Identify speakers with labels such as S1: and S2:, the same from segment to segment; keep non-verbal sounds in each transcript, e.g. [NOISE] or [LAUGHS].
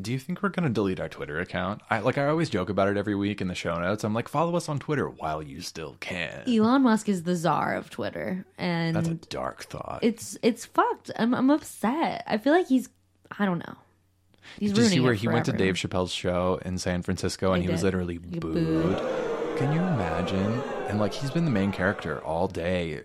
S1: do you think we're going to delete our Twitter account? I like I always joke about it every week in the show notes. I'm like, follow us on Twitter while you still can.
S2: Elon Musk is the czar of Twitter, and
S1: That's a dark thought.
S2: it's it's fucked. I'm I'm upset. I feel like he's I don't know. He's
S1: Did you see
S2: ruining
S1: where
S2: it
S1: he went to
S2: forever.
S1: Dave Chappelle's show in San Francisco and
S2: I
S1: he was
S2: did.
S1: literally
S2: He
S1: booed.
S2: booed.
S1: Can you imagine? And like he's been the main character all day,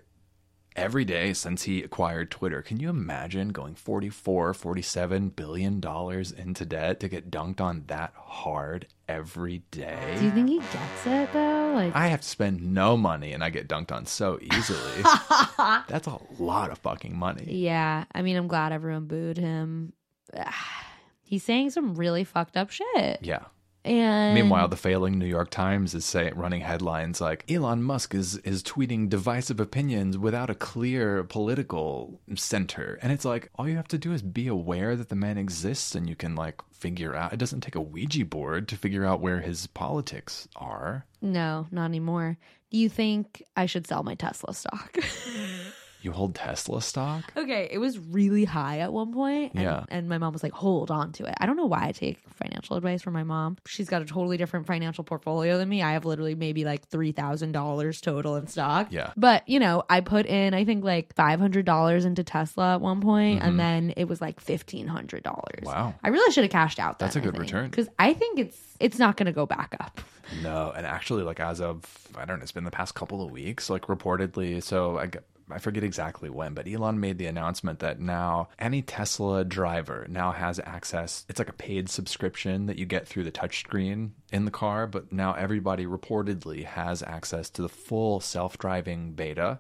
S1: every day since he acquired Twitter. Can you imagine going 44, 47 billion dollars into debt to get dunked on that hard every day?
S2: Do you think he gets it though? Like
S1: I have to spend no money and I get dunked on so easily. That's a lot of fucking money.
S2: Yeah, I mean, I'm glad everyone booed him. [SIGHS] He's saying some really fucked up shit.
S1: Yeah.
S2: And
S1: Meanwhile, the failing New York Times is saying running headlines like Elon Musk is is tweeting divisive opinions without a clear political center. And it's like all you have to do is be aware that the man exists and you can like figure out it doesn't take a Ouija board to figure out where his politics are.
S2: no, not anymore. Do you think I should sell my Tesla stock? [LAUGHS]
S1: You hold Tesla stock?
S2: okay, it was really high at one point, and,
S1: Yeah.
S2: and my mom was like, "Hold on to it." I don't know why I take financial advice from my mom. She's got a totally different financial portfolio than me. I have literally maybe like three thousand dollars total in stock.
S1: Yeah.
S2: But you know, I put in I think like five hundred dollars into Tesla at one point, and then it was like fifteen hundred
S1: Mm-hmm.
S2: dollars.
S1: Wow.
S2: I really should have cashed out. Then,
S1: That's a good return.
S2: because I think it's it's not going to go back up.
S1: No, and actually, like as of I don't know, it's been the past couple of weeks. Like reportedly, so I g- I forget exactly when, but Elon made the announcement that now any Tesla driver now has access. It's like a paid subscription that you get through the touchscreen in the car, but now everybody reportedly has access to the full self-driving beta.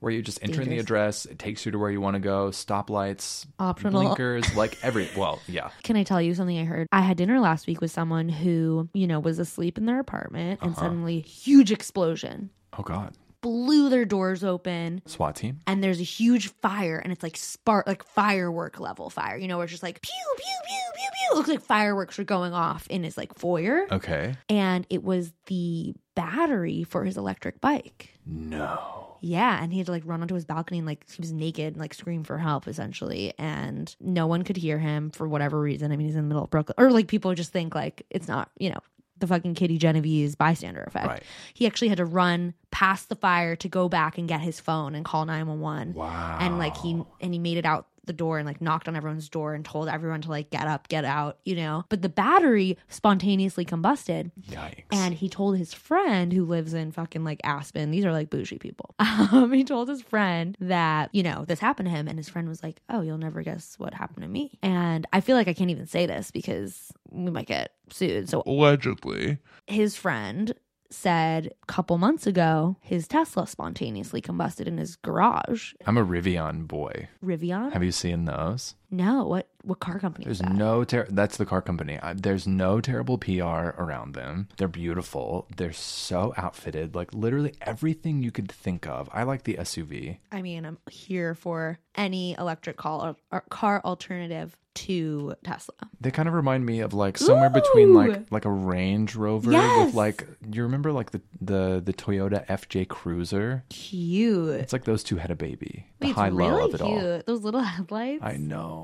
S1: Where you just enter in the
S2: Hmm. Dangerous.
S1: address, it takes you to where you want to go, stoplights,
S2: Optional.
S1: blinkers, like
S2: [LAUGHS]
S1: every, well, yeah.
S2: Can I tell you something I heard? I had dinner last week with someone who, you know, was asleep in their apartment and
S1: Uh-huh.
S2: suddenly huge explosion.
S1: Oh, God.
S2: Blew their doors open
S1: SWAT team?
S2: and there's a huge fire and it's like spark like firework level fire. You know, where it's just like pew pew pew pew pew. It looks like fireworks are going off in his like foyer.
S1: Okay.
S2: And it was the battery for his electric bike.
S1: No.
S2: Yeah, and he had to like run onto his balcony and like he was naked and like scream for help essentially, and no one could hear him for whatever reason. I mean, he's in the middle of Brooklyn, or like people just think like it's not you know the fucking Kitty Genovese bystander effect.
S1: Right.
S2: He actually had to run past the fire to go back and get his phone and call nine one one.
S1: Wow.
S2: And like he and he made it out the door and like knocked on everyone's door and told everyone to like get up, get out, you know. But the battery spontaneously combusted.
S1: Yikes.
S2: And he told his friend who lives in fucking like Aspen, these are like bougie people. [LAUGHS] Um, he told his friend that, you know, this happened to him. And his friend was like, oh, you'll never guess what happened to me. And I feel like I can't even say this because we might get sued. So
S1: allegedly.
S2: his friend said a couple months ago, his Tesla spontaneously combusted in his garage.
S1: I'm a Rivian boy.
S2: Rivian?
S1: Have you seen those?
S2: no, what, what car company is
S1: There's
S2: that?
S1: no ter- that's the car company. I, there's no terrible PR around them. They're beautiful. They're so outfitted, like literally everything you could think of. I like the SUV.
S2: I mean, I'm here for any electric car, or car alternative to Tesla.
S1: They kind of remind me of like somewhere between
S2: Ooh.
S1: like like a Range Rover
S2: Yes.
S1: with like you remember like the the the Toyota FJ Cruiser?
S2: Cute.
S1: It's like those two had a baby. The
S2: It's
S1: high low
S2: really
S1: of it all.
S2: cute. Those little [LAUGHS] headlights.
S1: I know.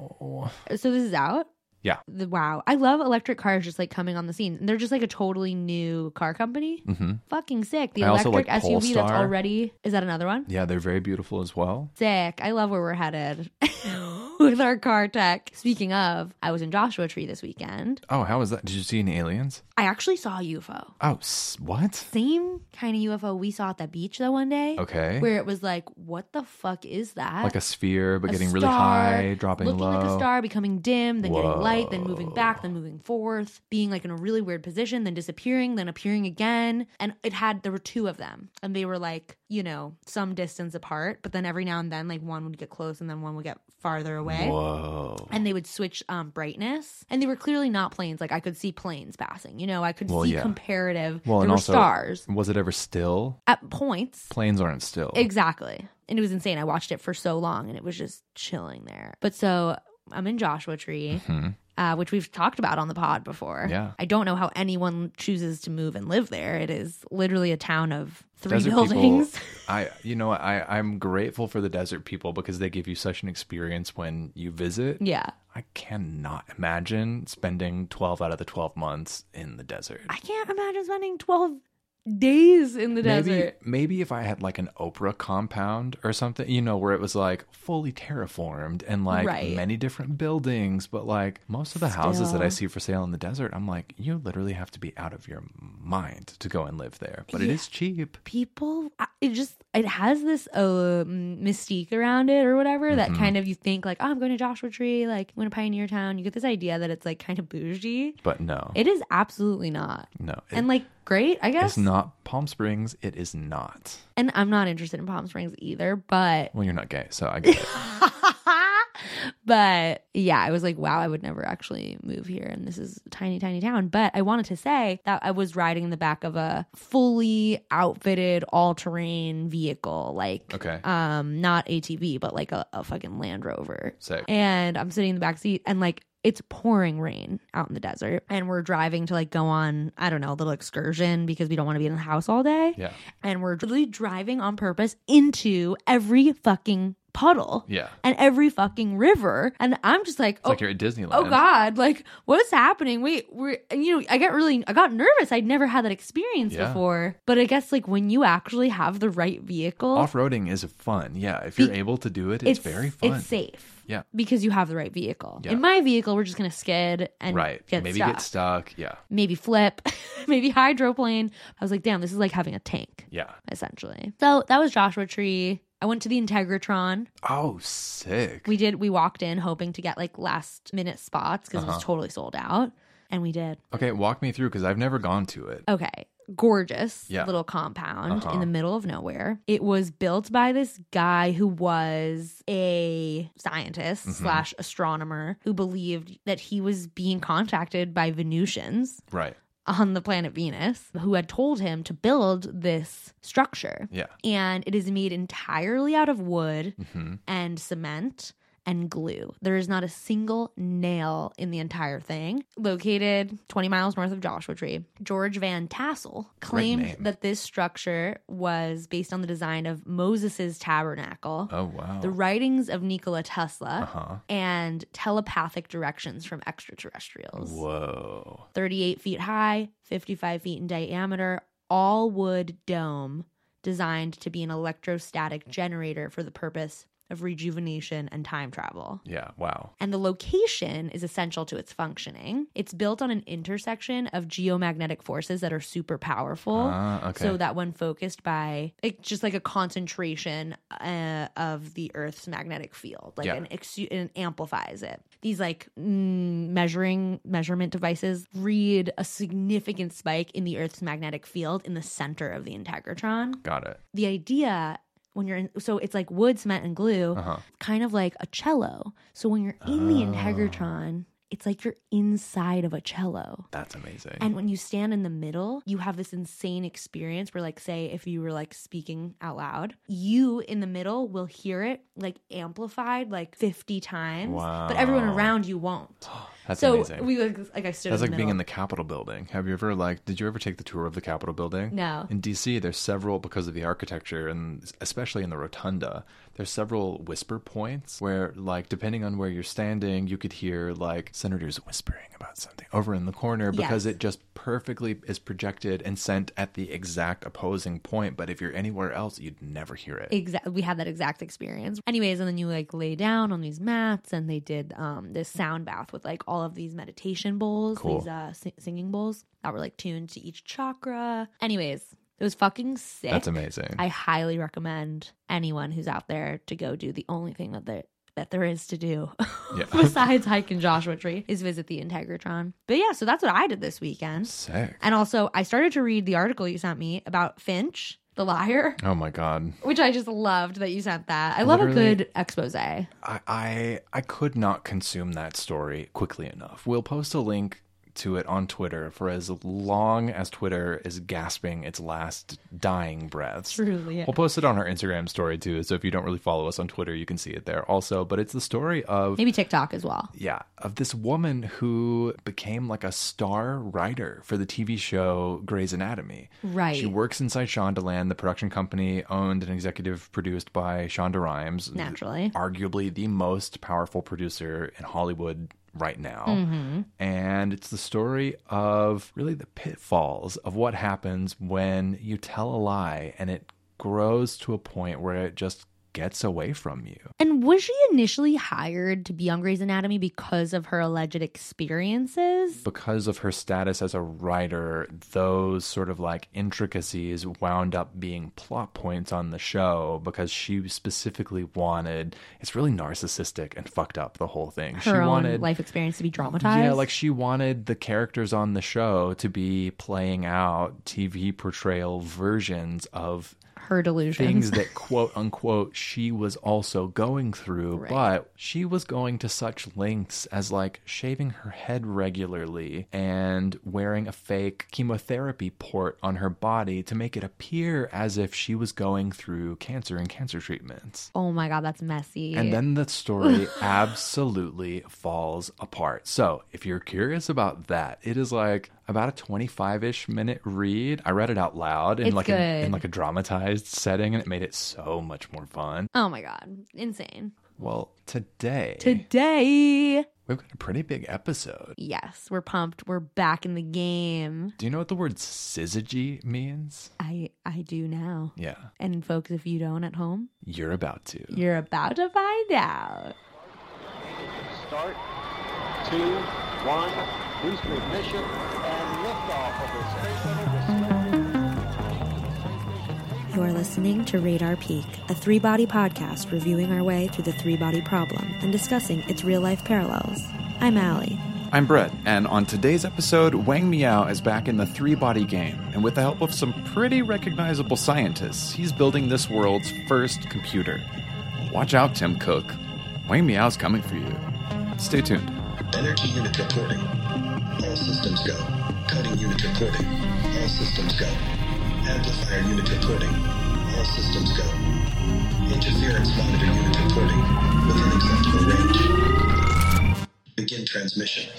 S2: So this is out.
S1: Yeah.
S2: The, wow, I love electric cars just like coming on the scene. They're just like a totally new car company.
S1: hmm
S2: Fucking sick. The
S1: I also
S2: electric
S1: like
S2: SUV that's
S1: Polestar.
S2: already is that another one?
S1: Yeah, they're very beautiful as well.
S2: Sick. I love where we're [GASPS] headed [LAUGHS] with our car tech. Speaking of, I was in Joshua Tree this weekend.
S1: Oh, how was that? Did you see any aliens?
S2: I actually saw a UFO.
S1: Oh, s- what?
S2: Same kind of UFO we saw at the beach that one day.
S1: Okay.
S2: Where it was like, what the fuck is that?
S1: like a sphere, but
S2: a
S1: getting really
S2: star,
S1: high, dropping
S2: looking
S1: low.
S2: like a star, becoming dim, then
S1: Whoa.
S2: getting light, then moving back, then moving forth, being like in a really weird position, then disappearing, then appearing again. And it had there were two of them, and they were like you know some distance apart, but then every now and then like one would get close and then one would get farther away.
S1: Whoa.
S2: And they would switch um, brightness, and they were clearly not planes. Like I could see planes passing, you know. I could
S1: Well,
S2: see
S1: yeah.
S2: comparative.
S1: Well,
S2: there
S1: and
S2: were
S1: also,
S2: stars
S1: was it ever still?
S2: at points.
S1: Planes aren't still.
S2: Exactly. And it was insane. I watched it for so long and it was just chilling there. But so I'm in Joshua Tree
S1: Mhm.
S2: uh, which we've talked about on the pod before.
S1: Yeah.
S2: I don't know how anyone chooses to move and live there. It is literally a town of three
S1: Desert people-
S2: buildings. [LAUGHS]
S1: I, you know, what, I, I'm grateful for the desert people because they give you such an experience when you visit.
S2: yeah.
S1: I cannot imagine spending 12 out of the 12 months in the desert.
S2: I can't imagine spending 12 days in the
S1: Maybe,
S2: desert.
S1: maybe if I had like an Oprah compound or something, you know, where it was like fully terraformed and like
S2: Right.
S1: many different buildings, but like most of the houses that I see
S2: Still.
S1: for sale in the desert, I'm like, you literally have to be out of your mind to go and live there. But it
S2: Yeah.
S1: is cheap.
S2: People, I- it just, it has this um, mystique around it or whatever that
S1: Mhm.
S2: kind of you think like, oh, I'm going to Joshua Tree, like I'm going to Pioneer Town. You get this idea that it's like kind of bougie.
S1: But no,
S2: It is absolutely not.
S1: no, it-
S2: and like great, I guess.
S1: it's not Palm Springs. It is not.
S2: and I'm not interested in Palm Springs either, but
S1: Well, you're not gay, so I
S2: [LAUGHS]
S1: get it.
S2: but yeah, I was like, wow, I would never actually move here. And this is a tiny, tiny town. But I wanted to say that I was riding in the back of a fully outfitted all terrain vehicle. Like,
S1: Okay.
S2: um, not ATV, but like a, a fucking Land Rover.
S1: Sick.
S2: And I'm sitting in the back seat and like, it's pouring rain out in the desert, and we're driving to like go on, I don't know, a little excursion because we don't want to be in the house all day
S1: Yeah.
S2: and we're literally driving on purpose into every fucking puddle
S1: Yeah.
S2: and every fucking river. And I'm just like,
S1: It's
S2: oh,
S1: like you're at Disneyland.
S2: oh God, like what's happening? Wait, we're, and, you know, I got really, I got nervous. I'd never had that experience
S1: Yeah.
S2: before. But I guess like when you actually have the right vehicle,
S1: Off roading is fun. Yeah. If you're able to do it, it's, very fun.
S2: It's safe.
S1: Yeah.
S2: Because you have the right vehicle.
S1: Yeah.
S2: In my vehicle, we're just going to skid and
S1: right.
S2: get
S1: Maybe
S2: stuck.
S1: get stuck. Yeah.
S2: maybe flip, [LAUGHS] maybe hydroplane. I was like, damn, this is like having a tank.
S1: Yeah.
S2: essentially. So that was Joshua Tree. I went to the Integratron.
S1: Oh, sick.
S2: We did, we walked in hoping to get like last minute spots because it
S1: Uh-huh.
S2: was totally sold out. And we did.
S1: okay. Walk me through because I've never gone to it.
S2: Okay. Gorgeous
S1: Yeah.
S2: little compound
S1: Uh-huh.
S2: in the middle of nowhere. It was built by this guy who was a scientist
S1: Mhm.
S2: slash astronomer who believed that he was being contacted by Venusians
S1: Right.
S2: on the planet Venus who had told him to build this structure.
S1: Yeah.
S2: And it is made entirely out of wood
S1: hmm
S2: and cement and glue. There is not a single nail in the entire thing. Located 20 miles north of Joshua Tree, George Van Tassel claimed
S1: name.
S2: that this structure was based on the design of Moses' tabernacle,
S1: Oh, wow.
S2: the writings of Nikola Tesla,
S1: Uh huh.
S2: and telepathic directions from extraterrestrials.
S1: Whoa.
S2: 38 feet high, 55 feet in diameter, all wood dome designed to be an electrostatic generator for the purpose of rejuvenation and time travel.
S1: Yeah. Wow.
S2: And the location is essential to its functioning. It's built on an intersection of geomagnetic forces that are super powerful.
S1: Ah, okay.
S2: So that when focused by it's just like a concentration uh, of the Earth's magnetic field, like
S1: Yeah.
S2: an ex- and amplifies it. These like mm, measuring measurement devices read a significant spike in the Earth's magnetic field in the center of the integratron.
S1: Got it.
S2: The idea when you're in, so it's like wood, cement, and glue,
S1: Uh huh.
S2: kind of like a cello. So when you're in the
S1: Oh.
S2: integratron, it's like you're inside of a cello.
S1: That's amazing.
S2: And when you stand in the middle, you have this insane experience where, like, say, if you were like speaking out loud, you in the middle will hear it like amplified like 50 times, but everyone
S1: Wow.
S2: around you won't.
S1: That's
S2: so
S1: amazing.
S2: we like, like I stood.
S1: That's
S2: in
S1: like
S2: the
S1: being in
S2: middle.
S1: the Capitol building. Have you ever like did you ever take the tour of the Capitol building?
S2: No.
S1: In DC there's several because of the architecture and especially in the rotunda, there's several whisper points where like depending on where you're standing, you could hear like senators whispering about something over in the corner because
S2: Yes.
S1: it just perfectly is projected and sent at the exact opposing point, but if you're anywhere else you'd never hear it.
S2: Exactly, we had that exact experience. Anyways, and then you like lay down on these mats, and they did um this sound bath with like all of these meditation bowls,
S1: Cool.
S2: these uh si- singing bowls that were like tuned to each chakra. Anyways, it was fucking sick.
S1: That's amazing.
S2: I highly recommend anyone who's out there to go do the only thing that there that there is to do
S1: Yeah.
S2: [LAUGHS] besides hike and Joshua Tree is visit the Integratron. But yeah, so that's what I did this weekend.
S1: Sick.
S2: And also, I started to read the article you sent me about Finch, the liar, [LAUGHS]
S1: Oh my god.
S2: which I just loved that you sent that. I love
S1: Literally-
S2: a good expose.
S1: I, I I could not consume that story quickly enough. We'll post a link to it on Twitter for as long as Twitter is gasping its last dying breaths.
S2: Truly, yeah.
S1: We'll post it on our Instagram story too. So if you don't really follow us on Twitter, you can see it there also. But it's the story of
S2: Maybe TikTok as well.
S1: yeah, of this woman who became like a star writer for the TV show Grey's Anatomy.
S2: Right.
S1: She works inside Shondaland, the production company owned and executive produced by Shonda Rhimes.
S2: Naturally.
S1: Arguably the most powerful producer in Hollywood right now.
S2: Mm-hmm.
S1: And it's the story of really the pitfalls of what happens when you tell a lie and it grows to a point where it just gets away from you.
S2: And was she initially hired to be on Grey's Anatomy because of her alleged experiences?
S1: because of her status as a writer, those sort of like intricacies wound up being plot points on the show because she specifically wanted it's really narcissistic and fucked up the whole thing. she
S2: Her own
S1: wanted
S2: life experience to be dramatized?
S1: yeah, like she wanted the characters on the show to be playing out TV portrayal versions of
S2: her delusions.
S1: things that quote unquote she was also going through but she was going to such lengths as like shaving her head regularly and wearing a fake chemotherapy port on her body to make it appear as if she was going through cancer and cancer treatments
S2: Oh my god, that's messy.
S1: and then the
S2: [LAUGHS]
S1: story absolutely falls apart. So, if you're curious about that, it is like about a 25-ish minute read. I read it out loud in
S2: It's
S1: like an, in
S2: good.
S1: like a dramatized setting and it made it so much more fun.
S2: oh my god, insane.
S1: Well, today
S2: Today,
S1: we've got a pretty big episode.
S2: yes, we're pumped. We're back in the game.
S1: Do you know what the word syzygy means?
S2: I I do now.
S1: Yeah,
S2: And folks, if you don't at home,
S1: you're about to.
S2: you're about to find out.
S3: Start, two, one, boost ignition, and liftoff of the Space Shuttle Discovery.
S4: You're listening to Radar Peak, a three body podcast reviewing our way through the three body problem and discussing its real life parallels. I'm Allie.
S5: I'm Brett, and on today's episode, Wang Miao is back in the three body game, and with the help of some pretty recognizable scientists, he's building this world's first computer. Watch out, Tim Cook. Wang Miao's coming for you. Stay tuned.
S6: Energy unit recording. All systems go. Coding unit recording. All systems go. Amplifier unit recording. All systems go. Interference monitor unit recording. Within acceptable range. Begin transmission.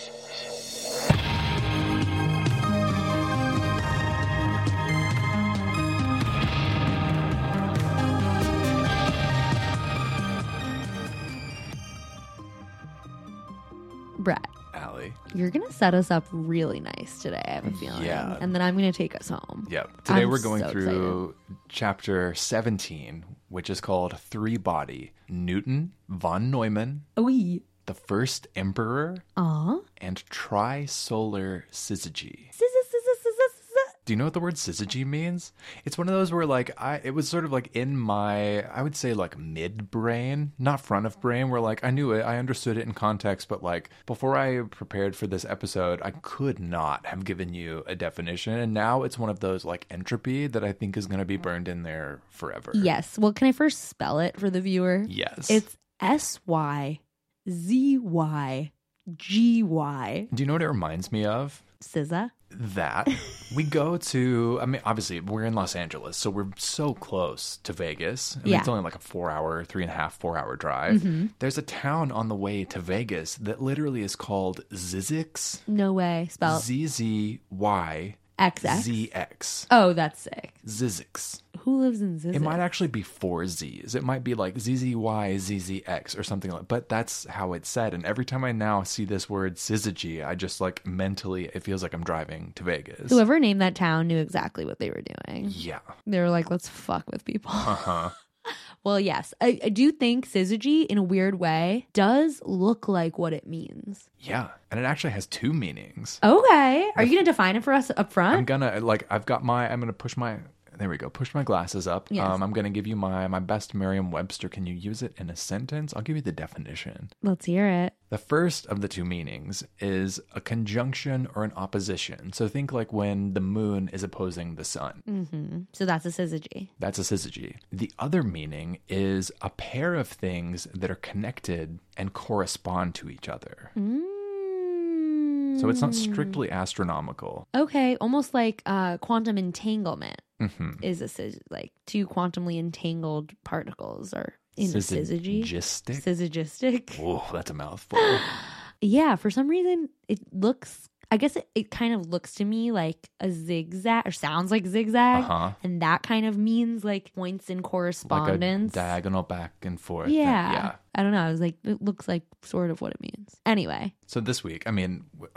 S2: Brett,
S1: Allie.
S2: you're gonna set us up really nice today. I have a feeling.
S1: Yeah.
S2: And then I'm gonna take us home.
S1: Yep. Today
S2: I'm
S1: we're going
S2: so
S1: through chapter 17, which is called Three Body Newton, von Neumann,
S2: Oh, yeah.
S1: the first emperor,
S2: Aw.
S1: and tri-solar syzygy. Do you know what the word syzygy means? It's one of those where like I it was sort of like in my I would say like mid brain, not front of brain, where like I knew it, I understood it in context, but like before I prepared for this episode, I could not have given you a definition. And now it's one of those like entropy that I think is gonna be burned in there forever.
S2: Yes. Well, can I first spell it for the viewer?
S1: Yes.
S2: It's S Y Z Y G Y.
S1: Do you know what it reminds me of?
S2: SZA.
S1: that we go to i mean obviously we're in los angeles so we're so close to vegas I mean,
S2: Yeah.
S1: it's only like a four hour three and a half four hour drive there's a town on the way to vegas that literally is called zizix
S2: No way. Spell
S1: z-z-y-z-x
S2: X X. Oh, that's sick.
S1: zizix
S2: Who lives in SZA?
S1: it might actually be four Z's. It might be like ZZYZZX or something like but that's how it's said. And every time I now see this word syzygy, I just like mentally it feels like I'm driving to Vegas.
S2: Whoever named that town knew exactly what they were doing.
S1: Yeah.
S2: They were like, let's fuck with people.
S1: Uh-huh.
S2: [LAUGHS] Well, yes. I, I do think syzygy, in a weird way, does look like what it means.
S1: Yeah, and it actually has two meanings.
S2: Okay. Are you going to define it for us up
S1: I'm
S2: front?
S1: gonna like I've got my I'm gonna push my there we go push my glasses up.
S2: Yes.
S1: Um, I'm gonna give you my my best Merriam-Webster. Can you use it in a sentence? I'll give you the definition.
S2: Let's hear it.
S1: The first of the two meanings is a conjunction or an opposition. So think like when the moon is opposing the sun.
S2: hmm So that's a syzygy.
S1: That's a syzygy. The other meaning is a pair of things that are connected and correspond to each other.
S2: Mm.
S1: So it's not strictly astronomical.
S2: Okay, almost like uh, quantum entanglement
S1: Mm-hmm.
S2: is a sys- like two quantumly entangled particles or in a syzygy,
S1: Syzygistic?
S2: syzygistic.
S1: Oh, that's a mouthful.
S2: Yeah, for some reason it looks. I guess it, it kind of looks to me like a zigzag or sounds like zigzag,
S1: Uh-huh.
S2: and that kind of means like points in
S1: like a
S2: correspondence.
S1: diagonal back and forth.
S2: yeah.
S1: yeah.
S2: I don't know. I was like, it looks like sort of what it means. Anyway,
S1: So this week, I mean, [SIGHS] w-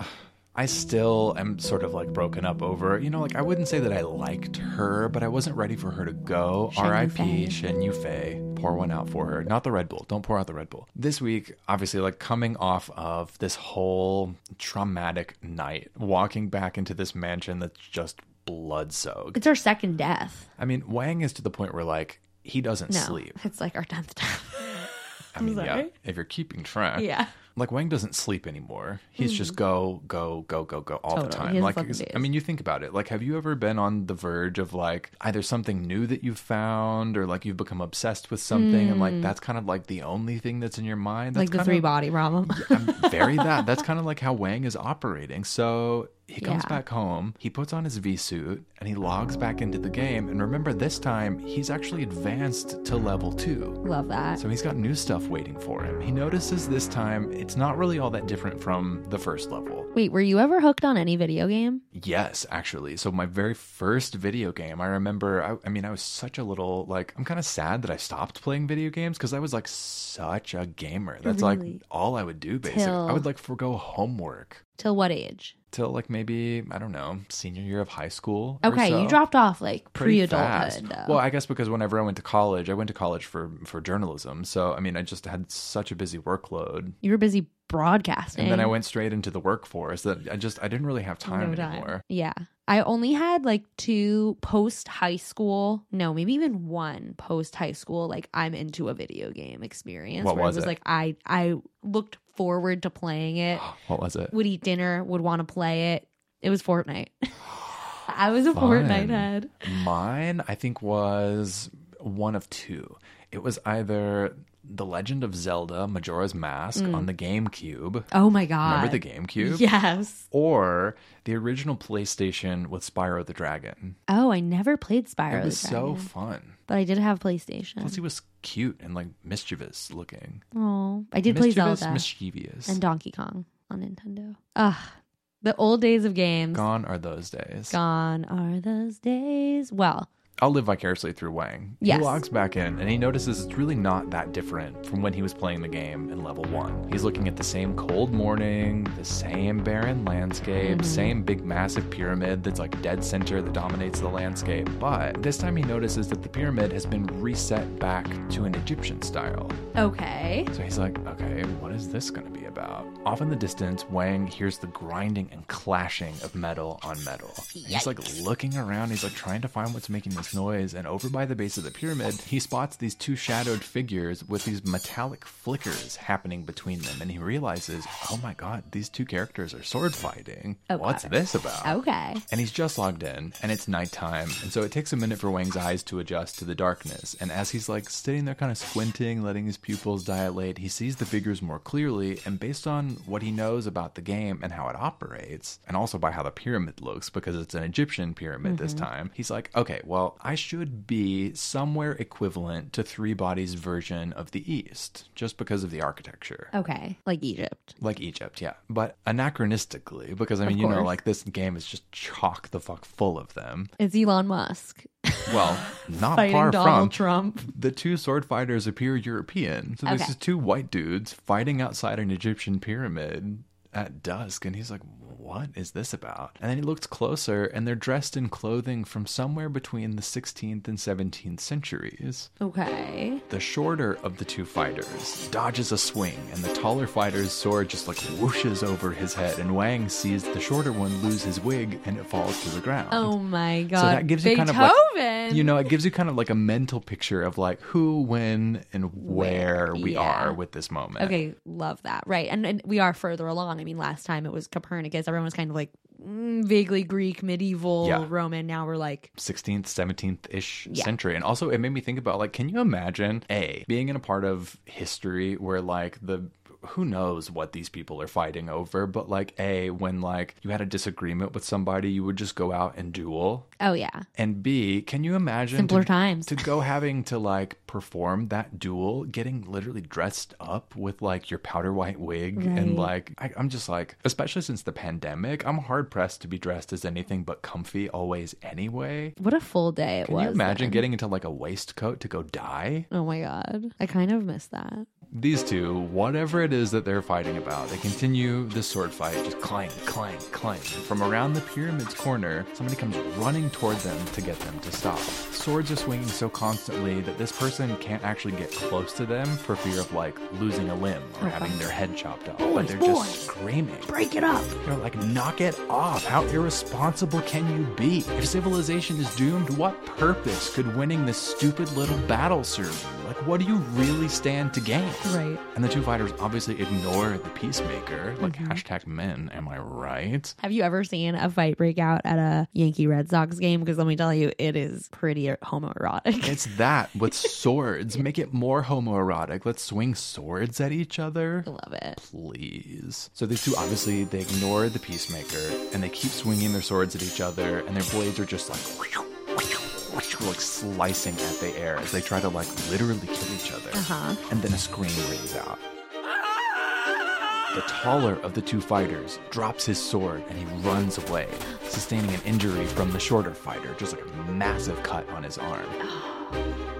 S1: I still am sort of like broken up over, you know, like I wouldn't say that I liked her, but I wasn't ready for her to go.
S2: Shen
S1: R.I.P.
S2: Yufei.
S1: Shen Yufei. Pour one out for her. Not the Red Bull. Don't pour out the Red Bull. This week, obviously, like coming off of this whole traumatic night, walking back into this mansion that's just blood soaked.
S2: it's our second death.
S1: I mean, Wang is to the point where like he doesn't
S2: No,
S1: sleep.
S2: it's like our tenth death. [LAUGHS]
S1: I mean, yeah,
S2: sorry.
S1: if you're keeping track.
S2: yeah.
S1: like Wang doesn't sleep anymore. He's just go, go, go, go, go all the
S2: Hmm. Totally.
S1: time.
S2: He has
S1: Like,
S2: fucking
S1: it's- I
S2: days.
S1: mean, you think about it. Like, have you ever been on the verge of like either something new that you've found or like you've become obsessed with something and like that's kind of like the only thing that's in your mind? That's
S2: Hmm. like the
S1: kind
S2: three
S1: of-
S2: body problem. [LAUGHS]
S1: I'm very that. That's kind of like how Wang is operating. So he comes
S2: Yeah.
S1: back home, he puts on his V suit, and he logs back into the game. And remember, this time he's actually advanced to level two.
S2: Love that.
S1: So he's got new stuff waiting for him. He notices this time it's not really all that different from the first level.
S2: Wait, were you ever hooked on any video game?
S1: Yes, actually. So my very first video game, I remember, I, I mean, I was such a little, like, I'm kind of sad that I stopped playing video games because I was like such a gamer. That's like
S2: Really?
S1: all I would do, basically. I
S2: Till-
S1: would like forego homework
S2: Till what age?
S1: till like maybe, I don't know, senior year of high school. or
S2: Okay, you
S1: so.
S2: dropped off like pre
S1: Pretty fast.
S2: adulthood.
S1: Well, I guess because whenever I went to college, I went to college for for journalism. So I mean, I just had such a busy workload
S2: you were busy broadcasting.
S1: and then I went straight into the workforce that I just I didn't really have time
S2: No time.
S1: anymore. [GASPS]
S2: Yeah. I only had like two post high school, no, maybe even one post high school, like I'm into a video game experience.
S1: What
S2: where
S1: was
S2: it was
S1: it?
S2: like I I looked forward to
S1: [GASPS]
S2: playing it,
S1: What was it?
S2: would eat dinner, would want to play it. It was Fortnite. [LAUGHS] I was a
S1: Fun.
S2: Fortnite head.
S1: Mine, I think, was one of two. It was either The Legend of Zelda: Majora's Mask on the GameCube.
S2: Oh my Mm. god.
S1: Remember the GameCube?
S2: Yes.
S1: Or the original PlayStation with Spyro the Dragon.
S2: Oh, I never played Spyro.
S1: it was
S2: the
S1: so
S2: Dragon,
S1: fun.
S2: but I did have PlayStation.
S1: Plus, he was cute and like mischievous looking.
S2: Oh, I did play
S1: Mischievous,
S2: Zelda
S1: mischievous.
S2: and Donkey Kong on Nintendo. Ah, the old days of games.
S1: Gone are those days.
S2: Gone are those days. Well,
S1: I'll live vicariously through Wang.
S2: Yes.
S1: He logs back in and he notices it's really not that different from when he was playing the game in level one. He's looking at the same cold morning, the same barren landscape, same big massive pyramid that's like dead center that dominates the landscape. But this time he notices that the pyramid has been reset back to an Egyptian style.
S2: okay.
S1: So he's like, okay, what is this going to be about? Off in the distance, Wang hears the grinding and clashing of metal on metal. And He's like looking around. He's like trying to find what's making this noise. And over by the base of the pyramid, he spots these two shadowed figures with these metallic flickers happening between them. And he realizes, oh my God, these two characters are sword fighting.
S2: Oh, got
S1: what's
S2: it.
S1: this about?
S2: Okay.
S1: And he's just logged in, and it's nighttime, and so it takes a minute for Wang's eyes to adjust to the darkness. And as he's like sitting there, kind of squinting, letting his pupils dilate, he sees the figures more clearly. And based on what he knows about the game and how it operates, and also by how the pyramid looks, because it's an Egyptian pyramid this time, he's like, okay, well, I should be somewhere equivalent to Three Bodies' version of the East, just because of the architecture
S2: Okay. Like Egypt.
S1: like Egypt, yeah, but anachronistically because I
S2: Of
S1: mean you know
S2: course.
S1: like this game is just chock the fuck full of them.
S2: It's Elon Musk [LAUGHS]
S1: Well, not
S2: fighting
S1: far from
S2: Donald Trump.
S1: the two sword fighters appear European. So this
S2: Okay.
S1: is two white dudes fighting outside an Egyptian pyramid at dusk and he's like what is this about? And then he looks closer and they're dressed in clothing from somewhere between the 16th and 17th centuries.
S2: Okay.
S1: The shorter of the two fighters dodges a swing, and the taller fighter's sword just like whooshes over his head, and Wang sees the shorter one lose his wig and it falls to the ground.
S2: Oh my god.
S1: so that gives you
S2: Beethoven.
S1: kind of like, you know, it gives you kind of like a mental picture of like who, when, and where,
S2: Where,
S1: we
S2: yeah.
S1: are with this moment.
S2: Okay, love that. Right. And, and we are further along. I mean, last time it was Copernicus. Everyone was kind of like mm, vaguely Greek, medieval,
S1: Yeah.
S2: Roman. Now we're like,
S1: 16th, 17th ish
S2: Yeah.
S1: century. And also, it made me think about like, can you imagine, A, being in a part of history where like the who knows what these people are fighting over, but like A, when like you had a disagreement with somebody, you would just go out and duel.
S2: Oh yeah.
S1: And B, can you imagine
S2: Simpler
S1: to,
S2: times.
S1: to go having to like perform that duel, getting literally dressed up with like your powder white wig and like I, I'm just like, especially since the pandemic, I'm hard pressed to be dressed as anything but comfy always anyway.
S2: What a full day it
S1: Can
S2: was.
S1: you imagine
S2: then.
S1: getting into like a waistcoat to go die?
S2: Oh my god. I kind of miss that.
S1: These two, whatever it is that they're fighting about, they continue this sword fight, just clang, clang, clang. And from around the pyramid's corner, somebody comes running toward them to get them to stop. Swords are swinging so constantly that this person can't actually get close to them for fear of like losing a limb or
S2: Uh-huh.
S1: having their head chopped off. but they're just screaming.
S2: Break it up.
S1: They're like, knock it off. How irresponsible can you be? If civilization is doomed, what purpose could winning this stupid little battle serve you? Like, what do you really stand to gain?
S2: Right.
S1: And the two fighters obviously ignore the peacemaker, like hashtag men, am I right?
S2: Have you ever seen a fight break out at a Yankee Red Sox game? Because let me tell you, it is pretty homoerotic. [LAUGHS]
S1: It's that with [LAUGHS] swords. Make it more homoerotic. Let's swing swords at each other.
S2: I love it.
S1: please. So these two obviously they ignore the peacemaker and they keep swinging their swords at each other and their blades are just like like slicing at the air as they try to like literally kill each other. Uh-huh. And then a scream rings out. The taller of the two fighters drops his sword and he runs away, sustaining an injury from the shorter fighter, just like a massive cut on his arm.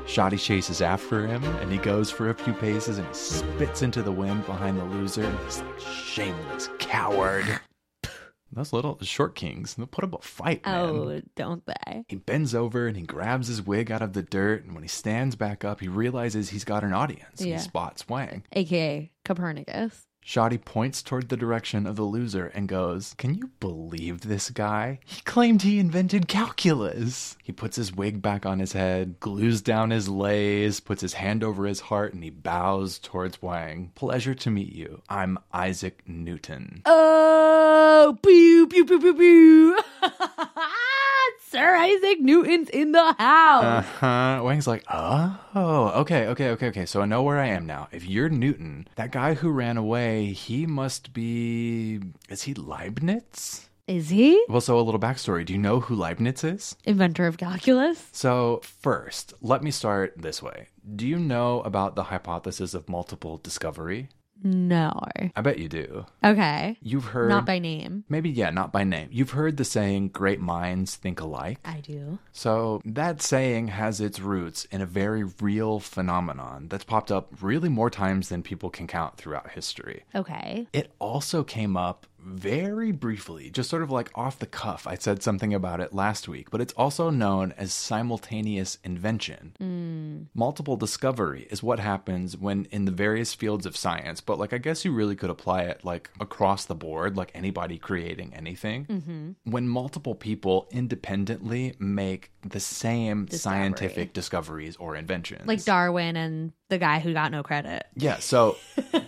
S1: Shoddy chases after him, and he goes for a few paces and he spits into the wind behind the loser. And he's like, shameless coward. [LAUGHS] Those little short kings, they'll put up a fight, man.
S2: Oh, don't they?
S1: He bends over and he grabs his wig out of the dirt. And when he stands back up, he realizes he's got an audience.
S2: Yeah.
S1: He spots Wang.
S2: AKA Copernicus.
S1: Shoddy points toward the direction of the loser and goes, Can you believe this guy? He claimed he invented calculus. He puts his wig back on his head, glues down his lays, puts his hand over his heart, and he bows towards Wang. Pleasure to meet you. I'm Isaac Newton.
S2: Oh, pew, pew, pew, pew, pew. [LAUGHS] Sir Isaac Newton's in the house.
S1: Uh-huh. Wang's like, oh, okay, okay, okay, okay. So I know where I am now. If you're Newton, that guy who ran away, he must be. Is he Leibniz?
S2: is he?
S1: Well, so a little backstory. Do you know who Leibniz is?
S2: Inventor of calculus?
S1: So, first, let me start this way. Do you know about the hypothesis of multiple discovery?
S2: No.
S1: I bet you do.
S2: Okay.
S1: You've heard.
S2: Not by name.
S1: Maybe, yeah, not by name. You've heard the saying, great minds think alike.
S2: I do.
S1: So, that saying has its roots in a very real phenomenon that's popped up really more times than people can count throughout history.
S2: Okay.
S1: It also came up very briefly, just sort of like off the cuff. I said something about it last week, but it's also known as simultaneous invention. Multiple discovery is what happens when in the various fields of science, but like I guess you really could apply it like across the board, like anybody creating anything. When multiple people independently make the same scientific discoveries or inventions.
S2: Like Darwin and the guy who got no credit.
S1: Yeah,
S2: [LAUGHS]
S1: so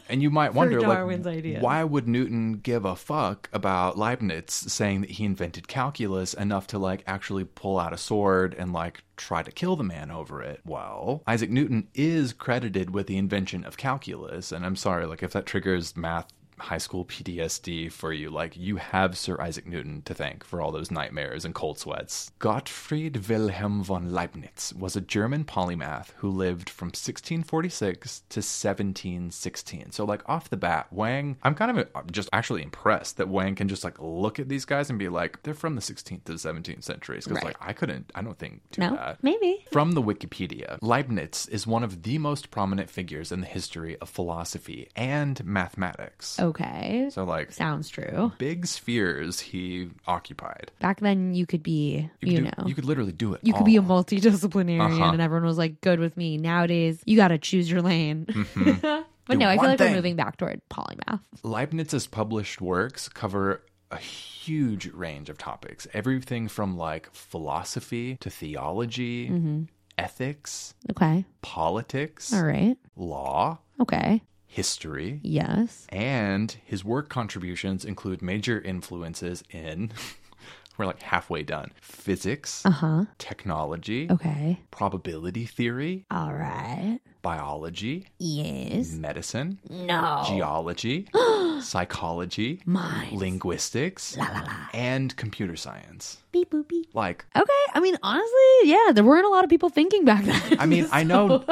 S1: and you might wonder
S2: Darwin's
S1: like
S2: idea.
S1: why would Newton give a fuck about Leibniz saying that he invented calculus enough to like actually pull out a sword and like try to kill the man over it? Well, Isaac Newton is credited with the invention of calculus and I'm sorry like if that triggers math high school PTSD for you like you have Sir Isaac Newton to thank for all those nightmares and cold sweats. Gottfried Wilhelm von Leibniz was a German polymath who lived from 1646 to 1716. So like off the bat, Wang, I'm kind of uh, just actually impressed that Wang can just like look at these guys and be like they're from the 16th to 17th centuries cuz
S2: Right.
S1: like I couldn't I don't think do
S2: No?
S1: that.
S2: Maybe.
S1: From the Wikipedia, Leibniz is one of the most prominent figures in the history of philosophy and mathematics.
S2: Oh. Okay.
S1: So like
S2: Sounds true.
S1: big spheres he occupied.
S2: Back then, you could be,
S1: could
S2: you,
S1: do-
S2: know,
S1: you could literally do it.
S2: you could be a
S1: all.
S2: multidisciplinarian
S1: Uh-huh.
S2: and everyone was like good with me nowadays you gotta choose your lane [LAUGHS] but
S1: Mm-hmm. Do
S2: no i feel
S1: one
S2: like
S1: thing.
S2: we're moving back toward polymath
S1: Leibniz's published works cover a huge range of topics, everything from like philosophy to theology, ethics,
S2: okay
S1: politics,
S2: Mm-hmm. all right
S1: law,
S2: okay
S1: history.
S2: yes
S1: And his work contributions include major influences in [LAUGHS] We're like halfway done. Physics,
S2: huh.
S1: technology,
S2: Uh-huh. Okay.
S1: probability theory,
S2: All right.
S1: biology,
S2: Yes.
S1: medicine,
S2: No. [GASPS]
S1: geology, psychology,
S2: Mine.
S1: linguistics, and computer science.
S2: Beep boop beep.
S1: Like,
S2: Okay. I mean, honestly, yeah, there weren't a lot of people thinking back then.
S1: I
S2: [LAUGHS]
S1: mean, I know.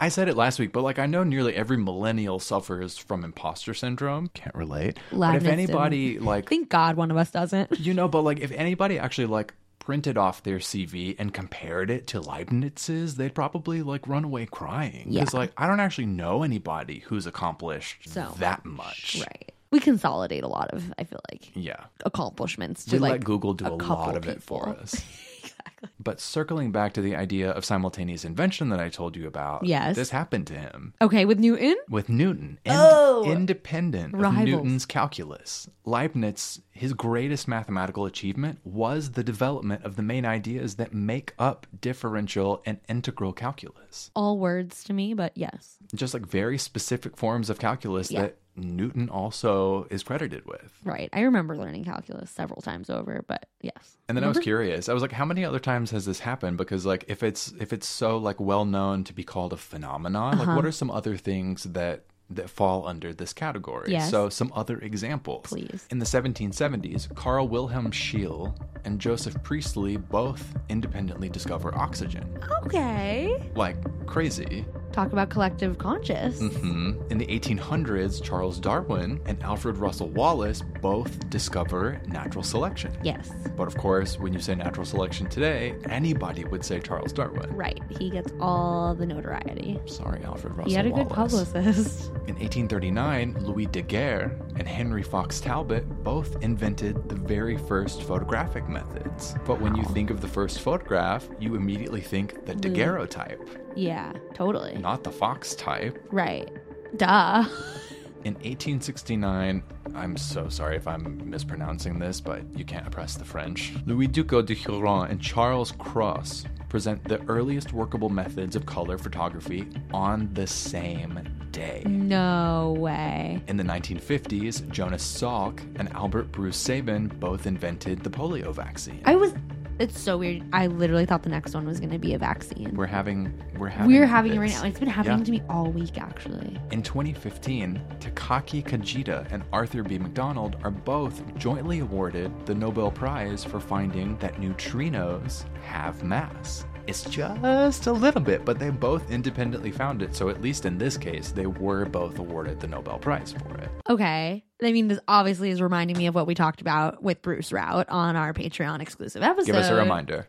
S1: I said it last week, but like I know nearly every millennial suffers from imposter syndrome. Can't relate. but if
S2: Latinx [LAUGHS]
S1: anybody like
S2: Thank God one of us doesn't.
S1: you know, but like if anybody actually like printed off their CV and compared it to Leibniz's, they'd probably like run away crying.
S2: Yeah.
S1: Because like I don't actually know anybody who's accomplished
S2: So
S1: that much.
S2: Right. We consolidate a lot of, I feel like,
S1: Yeah.
S2: accomplishments to
S1: Mm. We
S2: like
S1: let Google do
S2: a
S1: a, lot
S2: couple
S1: of it
S2: [LAUGHS]
S1: for
S2: people.
S1: us.
S2: exactly.
S1: But circling back to the idea of simultaneous invention that I told you about,
S2: Yes.
S1: this happened to him
S2: Okay, with Newton.
S1: with Newton, ind- independent
S2: Oh! Rivals.
S1: of Newton's calculus. Leibniz, his greatest mathematical achievement was the development of the main ideas that make up differential and integral calculus,
S2: All words to me, but yes.
S1: just like very specific forms of calculus
S2: Yeah.
S1: that Newton also is credited with.
S2: Right. I remember learning calculus several times over, but yes.
S1: And then I was curious. I was like, how many other times has this happened? Because like if it's if it's so like well known to be called a phenomenon, like
S2: Uh-huh.
S1: what are some other things that that fall under this category?
S2: Yes.
S1: So some other examples.
S2: Please.
S1: In the 1770s, Carl Wilhelm Scheele and Joseph Priestley both independently discover oxygen.
S2: [LAUGHS] Okay.
S1: Like crazy.
S2: Talk about collective conscious.
S1: Hmm. In the 1800s, Charles Darwin and Alfred Russel Wallace both discover natural selection.
S2: Yes.
S1: But of course, when you say natural selection today, anybody would say Charles Darwin.
S2: Right. He gets all the notoriety.
S1: Sorry, Alfred Russell.
S2: He had a good
S1: Wallace.
S2: publicist.
S1: In 1839, Louis Daguerre and Henry Fox Talbot both invented the very first photographic methods. But when you think of the first photograph, you immediately think the
S2: Mm-hmm.
S1: daguerreotype,
S2: [LAUGHS] Yeah, totally.
S1: not the Fox type.
S2: Right. Duh.
S1: In 1869, I'm so sorry if I'm mispronouncing this, but you can't oppress the French. Louis Ducot de Huron and Charles Cross present the earliest workable methods of color photography on the same day.
S2: No way.
S1: In the 1950s, Jonas Salk and Albert Bruce Sabin both invented the polio vaccine.
S2: I was. It's so weird. I literally thought the next one was going to be a vaccine.
S1: We're having we're having
S2: We're having it right
S1: this.
S2: now. It's been happening
S1: Yeah.
S2: to me all week, actually.
S1: In 2015, Takaki Kajita and Arthur B. McDonald are both jointly awarded the Nobel Prize for finding that neutrinos have mass. It's just a little bit, but they both independently found it, so at least in this case, they were both awarded the Nobel Prize for it.
S2: Okay. I mean, this obviously is reminding me of what we talked about with Bruce Rout on our Patreon exclusive episode.
S1: Give us a
S2: [LAUGHS]
S1: reminder.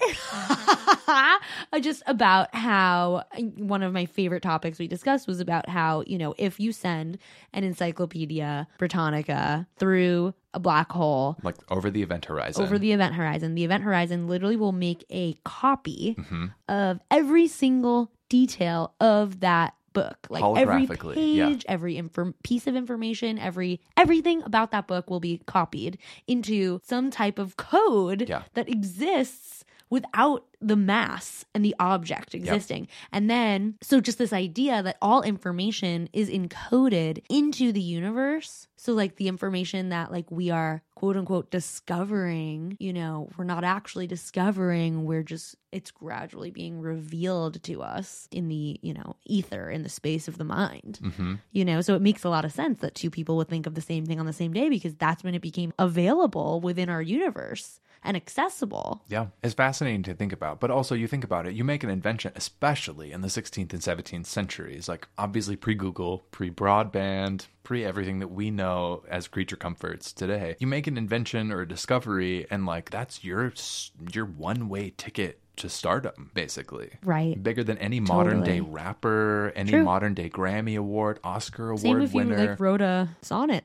S2: Uh, [LAUGHS] just about how one of my favorite topics we discussed was about how you know if you send an encyclopedia britannica through a black hole
S1: Like over the event horizon.
S2: over the event horizon the event horizon literally will make a copy
S1: Mm-hmm.
S2: of every single detail of that book like every
S1: Holographically, yeah.
S2: page every inform- piece of information every everything about that book will be copied into some type of code
S1: Yeah.
S2: that exists without the mass and the object existing and then so just this idea that all information is encoded into the universe so like the information that like we are quote unquote discovering you know we're not actually discovering we're just it's gradually being revealed to us in the you know ether in the space of the mind
S1: Mhm.
S2: you know so it makes a lot of sense that two people would think of the same thing on the same day because that's when it became available within our universe and accessible
S1: Yeah, it's fascinating to think about. But also, you think about it, you make an invention, especially in the 16th and 17th centuries, like obviously pre Google, pre broadband, pre everything that we know as creature comforts today. You make an invention or a discovery, and like that's your s- your one way ticket to stardom, basically.
S2: right
S1: Bigger than any modern day
S2: Totally.
S1: rapper, any
S2: True.
S1: modern day Grammy Award, Oscar Award
S2: same if you
S1: winner.
S2: [LAUGHS] like wrote a sonnet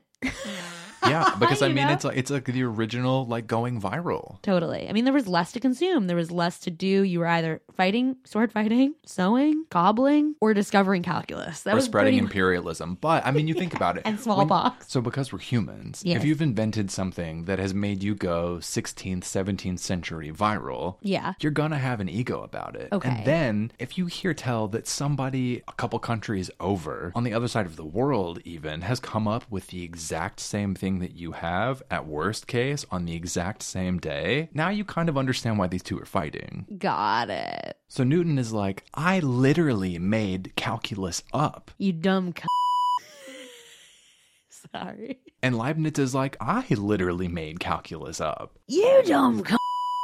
S1: yeah, because I
S2: you
S1: mean,
S2: know?
S1: it's like, it's like the original like going viral.
S2: Totally. I mean, there was less to consume. There was less to do. You were either fighting, sword fighting, sewing, gobbling, or discovering calculus. That
S1: or
S2: was
S1: spreading
S2: pretty [LAUGHS] much-
S1: imperialism. But I mean, you think about it.
S2: [LAUGHS] And
S1: When-
S2: smallpox.
S1: so, because we're humans,
S2: Yes.
S1: if you've invented something that has made you go 16th, 17th century viral,
S2: [LAUGHS] Yeah.
S1: you're going to have an ego about it.
S2: Okay.
S1: And then if you hear tell that somebody a couple countries over on the other side of the world even has come up with the exact same thing everything that you have at worst case on the exact same day, now you kind of understand why these two are fighting.
S2: Got it.
S1: So Newton is like, I literally made calculus up.
S2: You dumb c- [LAUGHS] Sorry.
S1: And Leibniz is like, I literally made calculus up.
S2: You dumb c-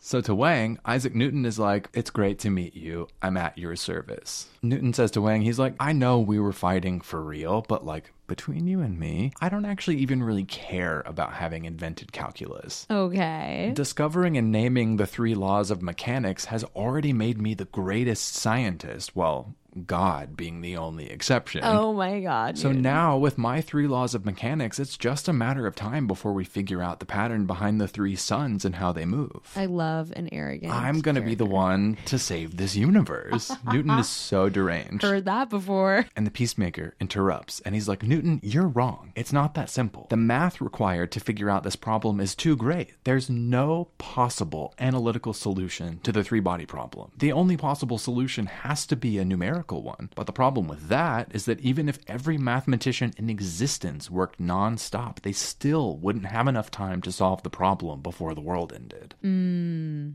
S1: So to Wang, Isaac Newton is like, It's great to meet you. I'm at your service. Newton says to Wang, He's like, I know we were fighting for real, but like, between you and me, I don't actually even really care about having invented calculus.
S2: Okay.
S1: Discovering and naming the three laws of mechanics has already made me the greatest scientist, well, God being the only exception.
S2: Oh my god.
S1: So
S2: dude.
S1: now, with my three laws of mechanics, it's just a matter of time before we figure out the pattern behind the three suns and how they move.
S2: I love an arrogant.
S1: I'm going to be the
S2: character.
S1: one to save this universe. Newton is so deranged.
S2: Heard that before.
S1: And the peacemaker interrupts and he's like, Newton, you're wrong. It's not that simple. The math required to figure out this problem is too great. There's no possible analytical solution to the three body problem. The only possible solution has to be a numerical one. But the problem with that is that even if every mathematician in existence worked nonstop, they still wouldn't have enough time to solve the problem before the world ended.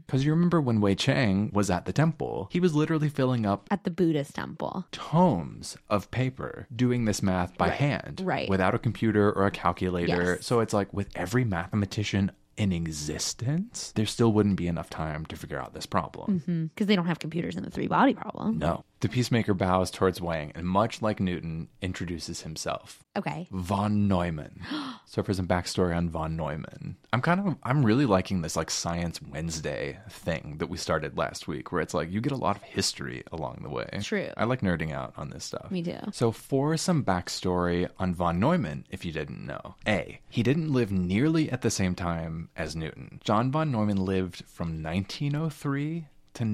S1: Because you remember when Wei Chang was at the temple, he was literally filling up
S2: At the Buddhist temple.
S1: tomes of paper doing this math by hand
S2: Right.
S1: without a computer or a calculator
S2: Yes.
S1: so it's like with every mathematician in existence there still wouldn't be enough time to figure out this problem
S2: Because they don't have computers in the three body problem.
S1: no the peacemaker bows towards wang and much like newton introduces himself
S2: Okay.
S1: von neumann so for some backstory on von neumann i'm kind of i'm really liking this like science wednesday thing that we started last week where it's like you get a lot of history along the way
S2: True.
S1: i like nerding out on this stuff
S2: Me too.
S1: so, for some backstory on von Neumann, if you didn't know, A, he didn't live nearly at the same time as Newton. John von Neumann lived from 1903 to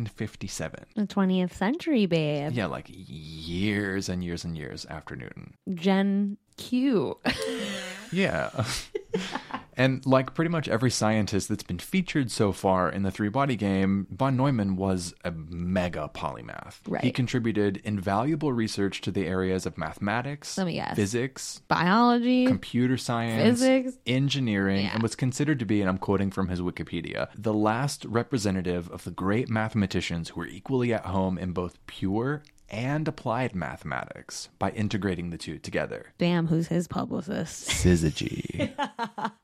S1: 1957.
S2: The 20th century, babe.
S1: Yeah, like years and years and years after Newton.
S2: Gen Q. [LAUGHS]
S1: Yeah. and like pretty much every scientist that's been featured so far in the three body game, von Neumann was a mega polymath. He
S2: Right.
S1: contributed invaluable research to the areas of mathematics,
S2: Let me guess.
S1: physics,
S2: Biology.
S1: computer science,
S2: Physics.
S1: engineering,
S2: Yeah.
S1: and was considered to be, and I'm quoting from his Wikipedia, the last representative of the great mathematicians who were equally at home in both pure and applied mathematics by integrating the two together.
S2: Damn, who's his [LAUGHS] publicist?
S1: Syzygy.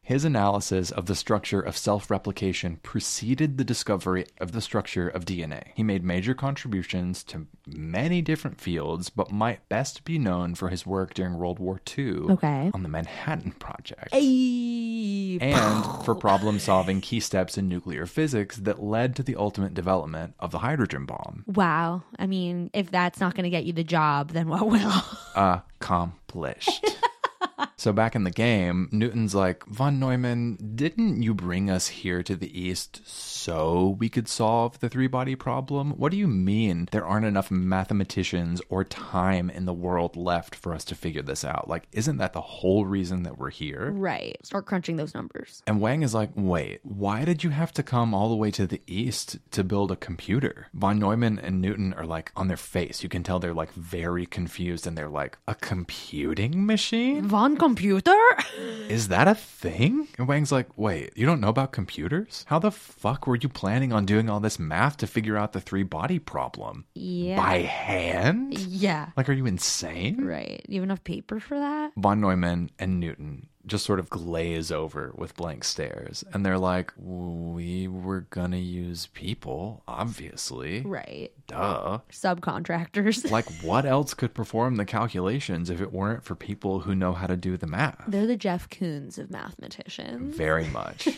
S1: His analysis of the structure of self replication preceded the discovery of the structure of DNA. He made major contributions to many different fields, but might best be known for his work during World War II
S2: Okay.
S1: on the Manhattan Project
S2: Ayy.
S1: and for problem solving key steps in nuclear physics that led to the ultimate development of the hydrogen bomb.
S2: Wow. I mean, if that's not going to get you the job, then what will? [LAUGHS]
S1: Accomplished. [LAUGHS] so back in the game, Newton's like, Von Neumann, didn't you bring us here to the East so we could solve the three body problem? What do you mean there aren't enough mathematicians or time in the world left for us to figure this out? Like, isn't that the whole reason that we're here?
S2: right. Start crunching those numbers.
S1: And Wang is like, wait, why did you have to come all the way to the east to build a computer? Von Neumann and Newton are like on their face. You can tell they're like very confused and they're like, a computing machine?
S2: Von Computer? [LAUGHS]
S1: Is that a thing? And Wang's like, wait, you don't know about computers? How the fuck were you planning on doing all this math to figure out the three body problem?
S2: Yeah.
S1: By hand?
S2: Yeah.
S1: Like, are you insane?
S2: Right. You have enough paper for that?
S1: Von Neumann and Newton just sort of glaze over with blank stares. And they're like, we were going to use people, obviously.
S2: Right.
S1: Duh.
S2: [LAUGHS] Subcontractors.
S1: Like, what else could perform the calculations if it weren't for people who know how to do the math?
S2: They're the Jeff Koons of mathematicians.
S1: Very much.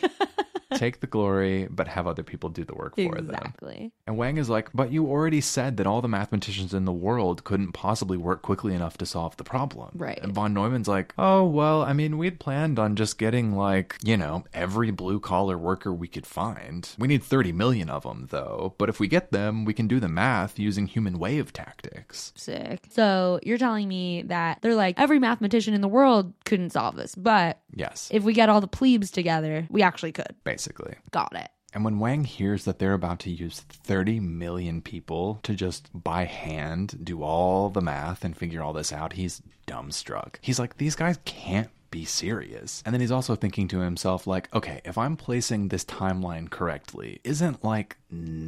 S1: Take the glory, but have other people do the work for them.
S2: Exactly.
S1: And Wang is like, but you already said that all the mathematicians in the world couldn't possibly work quickly enough to solve the problem.
S2: Right.
S1: And von Neumann's like, oh, well, I mean, we'd planned on just getting, like, you know, every blue collar worker we could find. We need 30 million of them, though. But if we get them, we can do the math using human wave tactics.
S2: Sick. So you're telling me that they're like, every mathematician in the world couldn't solve this, but
S1: Yes,
S2: if we get all the plebes together, we actually could.
S1: basically.
S2: Got it.
S1: And when Wang hears that they're about to use 30 million people to just by hand do all the math and figure all this out, he's dumbstruck. He's like, these guys can't be serious. And then he's also thinking to himself, like, okay, if I'm placing this timeline correctly, isn't like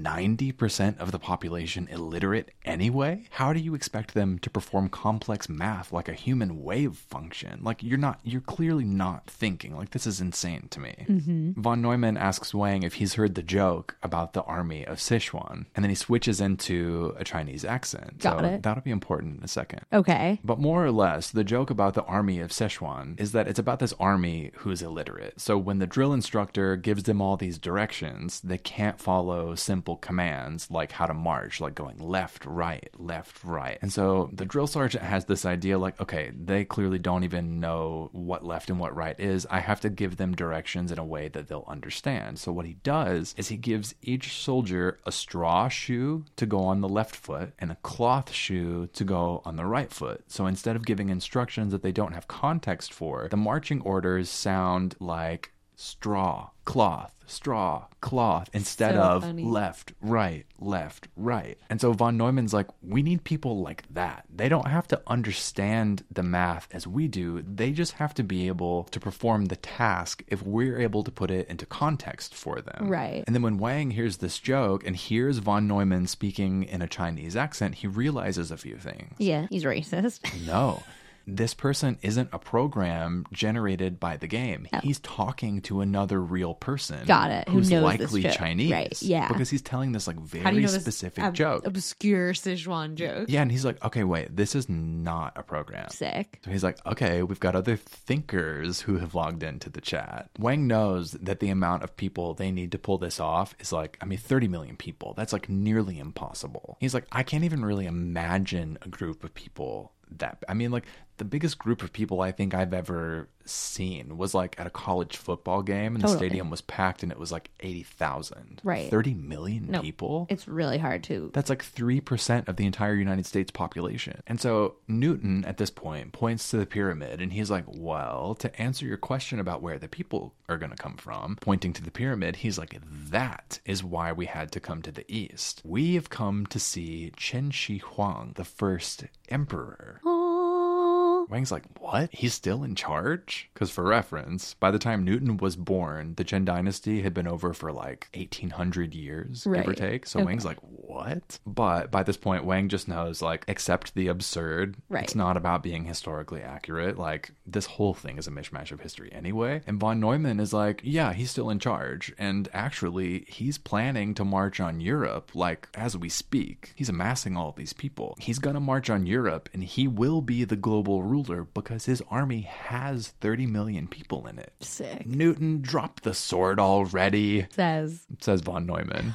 S1: 90% of the population illiterate anyway? How do you expect them to perform complex math like a human wave function? Like, you're not, you're clearly not thinking. Like, this is insane to me.
S2: Mm-hmm.
S1: Von Neumann asks Wang if he's heard the joke about the army of Sichuan, and then he switches into a Chinese accent.
S2: Got
S1: so
S2: it.
S1: that'll be important in a second.
S2: Okay.
S1: But more or less, the joke about the army of Sichuan is that it's about this army who's illiterate. So when the drill instructor gives them all these directions, they can't follow simple commands like how to march, like going left, right, left, right. And so the drill sergeant has this idea like, okay, they clearly don't even know what left and what right is. I have to give them directions in a way that they'll understand. So what he does is he gives each soldier a straw shoe to go on the left foot and a cloth shoe to go on the right foot. So instead of giving instructions that they don't have context for, the marching orders sound like straw, cloth, straw, cloth instead
S2: So
S1: of
S2: funny.
S1: left, right, left, right. And so von Neumann's like, we need people like that. They don't have to understand the math as we do. They just have to be able to perform the task if we're able to put it into context for them.
S2: Right.
S1: And then when Wang hears this joke and hears von Neumann speaking in a Chinese accent, he realizes a few things.
S2: Yeah, he's racist.
S1: No. This person isn't a program generated by the game. He's talking to another real person.
S2: Got it, who
S1: Who's
S2: knows this
S1: likely
S2: joke.
S1: Chinese.
S2: Right, yeah.
S1: Because he's telling this like very specific joke.
S2: Obscure Sichuan joke.
S1: yeah, and he's like, okay, wait, this is not a program.
S2: Sick.
S1: So he's like, okay, we've got other thinkers who have logged into the chat. Wang knows that the amount of people they need to pull this off is like, I mean, 30 million people. That's like nearly impossible. He's like, I can't even really imagine a group of people that, I mean, like, the biggest group of people I think I've ever seen was like at a college football game and the
S2: Totally.
S1: stadium was packed and it was like 80,000.
S2: Right.
S1: 30 million
S2: No,
S1: people?
S2: It's really hard to.
S1: That's like 3% of the entire United States population. And so Newton at this point points to the pyramid and he's like, Well, to answer your question about where the people are going to come from, pointing to the pyramid, he's like, That is why we had to come to the east. We have come to see Chen Shi Huang, the first emperor.
S2: Aw.
S1: Wang's like, what? He's still in charge? Because, for reference, by the time Newton was born, the Chen dynasty had been over for like 1800 years, give or
S2: Right.
S1: take. So
S2: Okay.
S1: Wang's like, what? But by this point, Wang just knows, like, accept the absurd.
S2: Right.
S1: It's not about being historically accurate. Like, this whole thing is a mishmash of history anyway. And von Neumann is like, yeah, he's still in charge. And actually, he's planning to march on Europe, like, as we speak. He's amassing all these people. He's going to march on Europe, and he will be the global ruler because his army has 30 million people in it.
S2: Sick.
S1: Newton, drop the sword already
S2: Says.
S1: says von [LAUGHS] Neumann.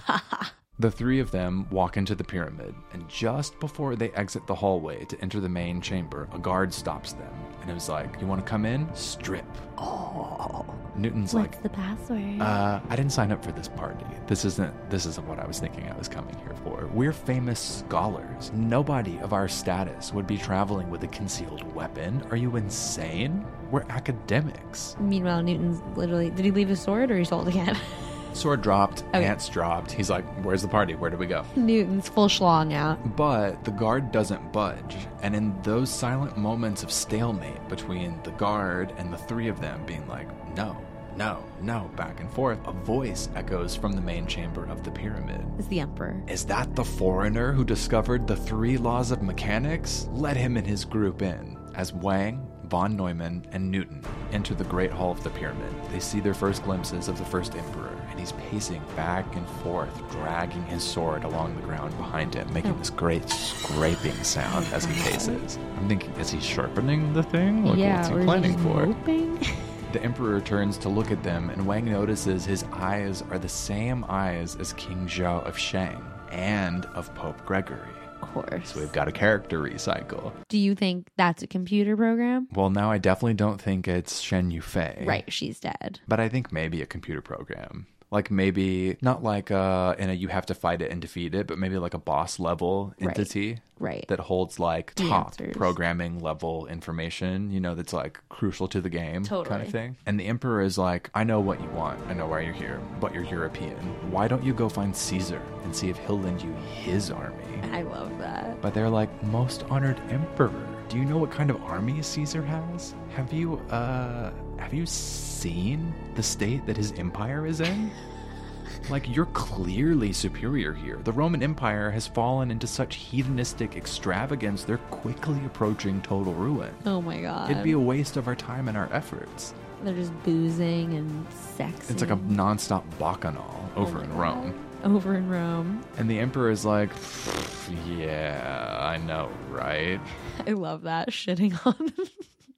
S1: the three of them walk into the pyramid, and just before they exit the hallway to enter the main chamber, a guard stops them and is like, You want to come in? Strip. Oh. Newton's like,
S2: What's the password?
S1: uh, I didn't sign up for this party. This isn't this isn't what I was thinking I was coming here for. We're famous scholars. Nobody of our status would be traveling with a concealed weapon. Are you insane? We're academics.
S2: Meanwhile, Newton's literally. Did he leave his sword or he sold again? [LAUGHS]
S1: Sword dropped, pants dropped. He's like, "Where's the party? Where do we go?"
S2: Newton's full schlong out.
S1: But the guard doesn't budge, and in those silent moments of stalemate between the guard and the three of them being like, no, no, no, back and forth, a voice echoes from the main chamber of the pyramid.
S2: Is the emperor.
S1: Is that the foreigner who discovered the three laws of mechanics? Let him and his group in. As Wang, von Neumann, and Newton enter the Great Hall of the Pyramid, they see their first glimpses of the first emperor, and he's pacing back and forth, dragging his sword along the ground behind him,
S2: Oh.
S1: making this great scraping sound as
S2: [LAUGHS]
S1: he paces. I'm thinking, is he sharpening the thing? Like, what's he
S2: or is
S1: planning
S2: just
S1: for?
S2: moping? [LAUGHS]
S1: The Emperor turns to look at them, and Wang notices his eyes are the same eyes as King Zhao of Shang and of Pope Gregory.
S2: of course.
S1: So we've got a character recycle.
S2: Do you think that's a computer program?
S1: Well, now I definitely don't think it's Shen Yufei.
S2: Right, she's dead.
S1: But I think maybe a computer program. Like maybe not like uh in a you have to fight it and defeat it, but maybe like a boss level
S2: Right.
S1: entity
S2: Right.
S1: that holds like
S2: The
S1: top
S2: answers.
S1: programming level information, you know, that's like crucial to the game kind
S2: Totally.
S1: of thing. And the Emperor is like, I know what you want, I know why you're here, but you're European. Why don't you go find Caesar and see if he'll lend you his army?
S2: I love that.
S1: But they're like, most honored Emperor. Do you know what kind of army Caesar has? Have you uh have you seen the state that his empire is in? Like you're clearly superior here. The Roman Empire has fallen into such hedonistic extravagance they're quickly approaching total ruin.
S2: Oh my god.
S1: It'd be a waste of our time and our efforts.
S2: They're just boozing and sex.
S1: It's like a nonstop bacchanal over in Rome.
S2: Over in Rome. [LAUGHS]
S1: And the emperor is like, "Pfft, yeah, I know, right?
S2: I love that shitting [LAUGHS] on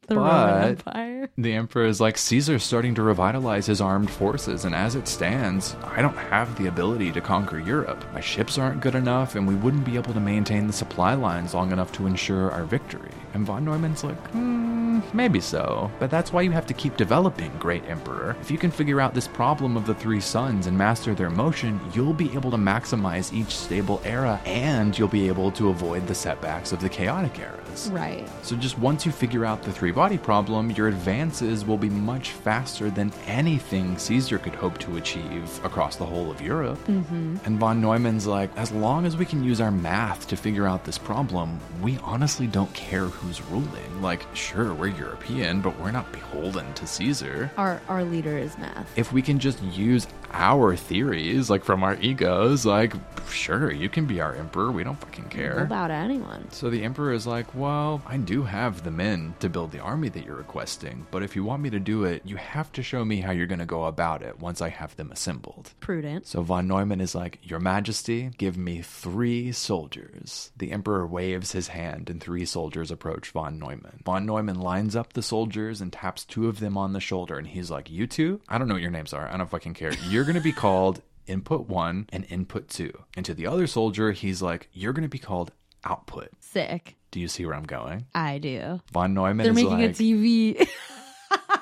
S2: the
S1: But-
S2: Roman Empire.
S1: [LAUGHS] The emperor is like, Caesar's starting to revitalize his armed forces, and as it stands, I don't have the ability to conquer Europe. My ships aren't good enough, and we wouldn't be able to maintain the supply lines long enough to ensure our victory. And von Neumann's like, hmm, maybe so, but that's why you have to keep developing, great emperor. If you can figure out this problem of the three sons and master their motion, you'll be able to maximize each stable era, and you'll be able to avoid the setbacks of the chaotic eras.
S2: Right.
S1: So just once you figure out the three body problem, your advances will be much faster than anything Caesar could hope to achieve across the whole of Europe. Mm-hmm. And von Neumann's like, as long as we can use our math to figure out this problem, we honestly don't care who's ruling. Like, sure, we're European, but we're not beholden to Caesar.
S2: Our our leader is math.
S1: If we can just use our theories, like from our egos, like, sure, you can be our emperor. We don't fucking care.
S2: about anyone.
S1: So the emperor is like, "Well, I do have the men to build the army that you're requesting, but if you want me to do it, you have to show me how you're going to go about it once I have them assembled."
S2: Prudent.
S1: So von Neumann is like, "Your Majesty, give me 3 soldiers." The emperor waves his hand and 3 soldiers approach von Neumann. Von Neumann lines up the soldiers and taps two of them on the shoulder and he's like, "You two? I don't know what your names are. I don't fucking care. You're going to be called Input 1 and Input 2." And to the other soldier, he's like, "You're going to be called Output."
S2: Sick.
S1: Do you see where I'm going?
S2: I do.
S1: Von Neumann
S2: They're
S1: is
S2: making
S1: like,
S2: a TV.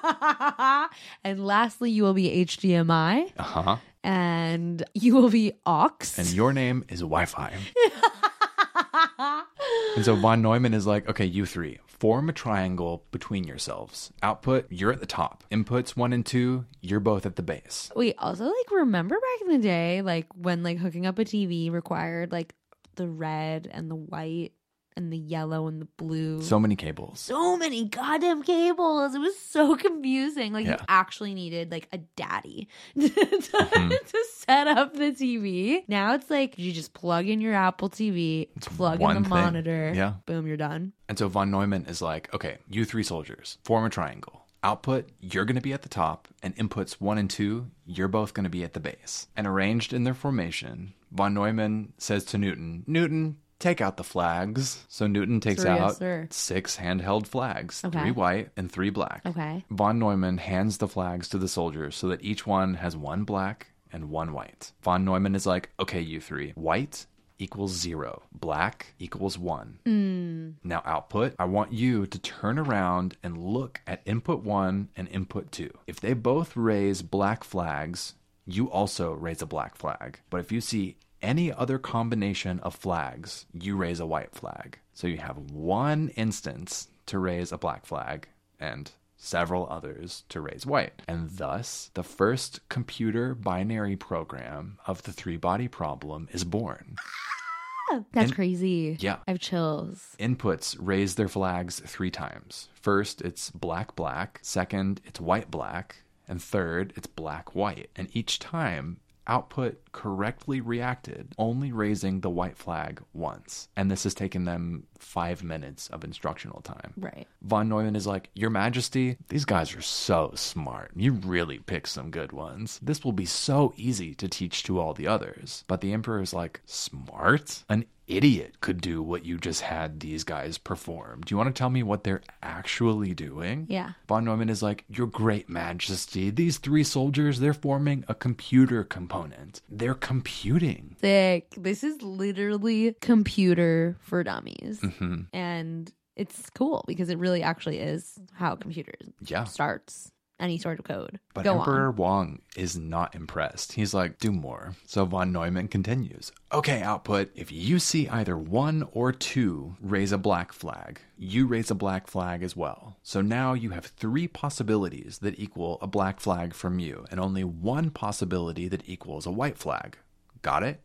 S2: [LAUGHS] and lastly, you will be HDMI
S1: uh huh.
S2: and you will be Ox.
S1: And your name is Wi Fi.
S2: [LAUGHS]
S1: and so von Neumann is like, okay, you three, form a triangle between yourselves. Output, you're at the top. Inputs one and two, you're both at the base.
S2: Wait, also like remember back in the day, like when like hooking up a TV required like the red and the white and the yellow and the blue.
S1: So many cables.
S2: so many goddamn cables. It was so [LAUGHS] confusing. Like you
S1: Yeah.
S2: actually needed like a daddy [LAUGHS] to,
S1: Mm-hmm.
S2: [LAUGHS] to set up the TV. Now it's like you just plug in your Apple TV, plug in
S1: one
S2: the
S1: thing.
S2: monitor.
S1: Yeah.
S2: Boom, you're done.
S1: And so von Neumann is like, okay, you three soldiers, form a triangle. Output, you're going to be at the top, and inputs one and two, you're both going to be at the base. And arranged in their formation, von Neumann says to Newton, Newton, take out the flags. So Newton takes
S2: Sir, yes,
S1: out
S2: sir.
S1: six handheld flags
S2: Okay.
S1: three white and three black.
S2: Okay.
S1: Von Neumann hands the flags to the soldiers so that each one has one black and one white. Von Neumann is like, okay, you three, white equals zero, black equals one. Now, output, I want you to turn around and look at input one and input two. If they both raise black flags, you also raise a black flag. But if you see any other combination of flags, you raise a white flag. So you have one instance to raise a black flag and several others to raise white. And thus, the first computer binary program of the three body problem is born.
S2: Yeah, That's
S1: And-
S2: crazy.
S1: Yeah.
S2: I have chills.
S1: Inputs raise their flags three times. First, it's black, black. Second, it's white, black. And third, it's black, white. And each time, output correctly reacted, only raising the white flag once. And this has taken them five minutes of instructional time.
S2: Right.
S1: Von Neumann is like, Your Majesty, these guys are so smart. You really picked some good ones. This will be so easy to teach to all the others. But the Emperor is like, Smart? An idiot could do what you just had these guys perform. Do you want to tell me what they're actually doing?
S2: Yeah.
S1: Von Neumann is like, Your Great Majesty, these three soldiers, they're forming a computer component. They're computing.
S2: Sick. This is literally computer for dummies.
S1: Mm-hmm.
S2: And it's cool because it really actually is how computers
S1: Yeah.
S2: starts any sort of code.
S1: But
S2: Go on.
S1: Emperor Wang is not impressed. He's like, do more. So von Neumann continues. Okay, output. If you see either one or two raise a black flag, you raise a black flag as well. So now you have three possibilities that equal a black flag from you, and only one possibility that equals a white flag. Got it?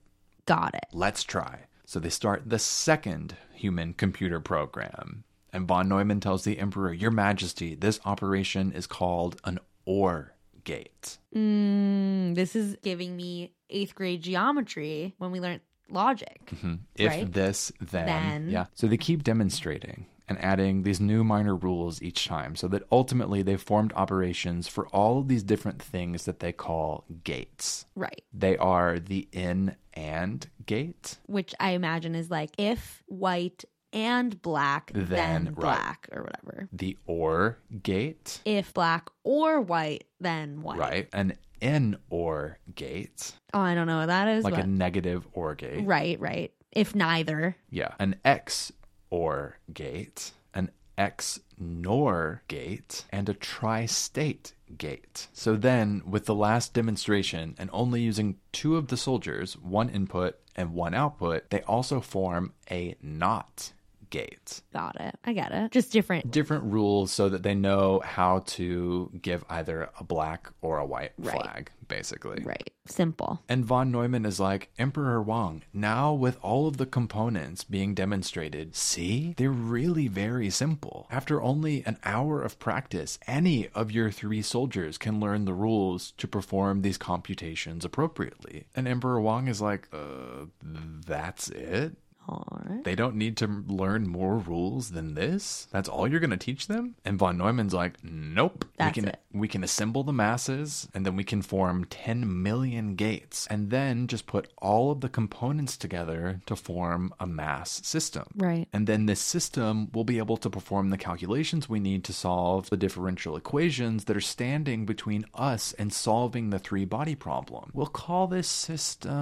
S2: Got it.
S1: Let's try. So they start the second human computer program. And von Neumann tells the Emperor, Your Majesty, this operation is called an ore gate.
S2: Mm, this is giving me eighth grade geometry when we learned logic.
S1: If
S2: Right.
S1: this, then.
S2: Then.
S1: Yeah. So they keep demonstrating and adding these new minor rules each time so that ultimately they've formed operations for all of these different things that they call gates.
S2: Right.
S1: They are the in and gate.
S2: Which I imagine is like if white and black, then,
S1: Then, right.
S2: black or whatever.
S1: the or gate,
S2: If black or white, then white.
S1: right? An in or gate,
S2: Oh, I don't know what that is.
S1: like
S2: but-
S1: a negative or gate.
S2: right, right. If neither.
S1: Yeah. An ex or gate, an ex nor gate, and a tri state gate. So then, with the last demonstration and only using two of the soldiers, one input and one output, they also form a not gate.
S2: Got it. I get it. Just different.
S1: different rules so that they know how to give either a black or a white
S2: Right.
S1: flag, basically.
S2: right. Simple.
S1: And von Neumann is like, Emperor Wang, now with all of the components being demonstrated, see, they're really very simple. After only an hour of practice, any of your three soldiers can learn the rules to perform these computations appropriately. And Emperor Wang is like, uh, that's it?
S2: All right.
S1: They don't need to learn more rules than this. That's all you're going to teach them? And von Neumann's like, nope.
S2: That's
S1: we can
S2: it.
S1: we can assemble the masses and then we can form 10 million gates and then just put all of the components together to form a mass system.
S2: Right.
S1: And then this system will be able to perform the calculations we need to solve the differential equations that are standing between us and solving the three body problem. We'll call this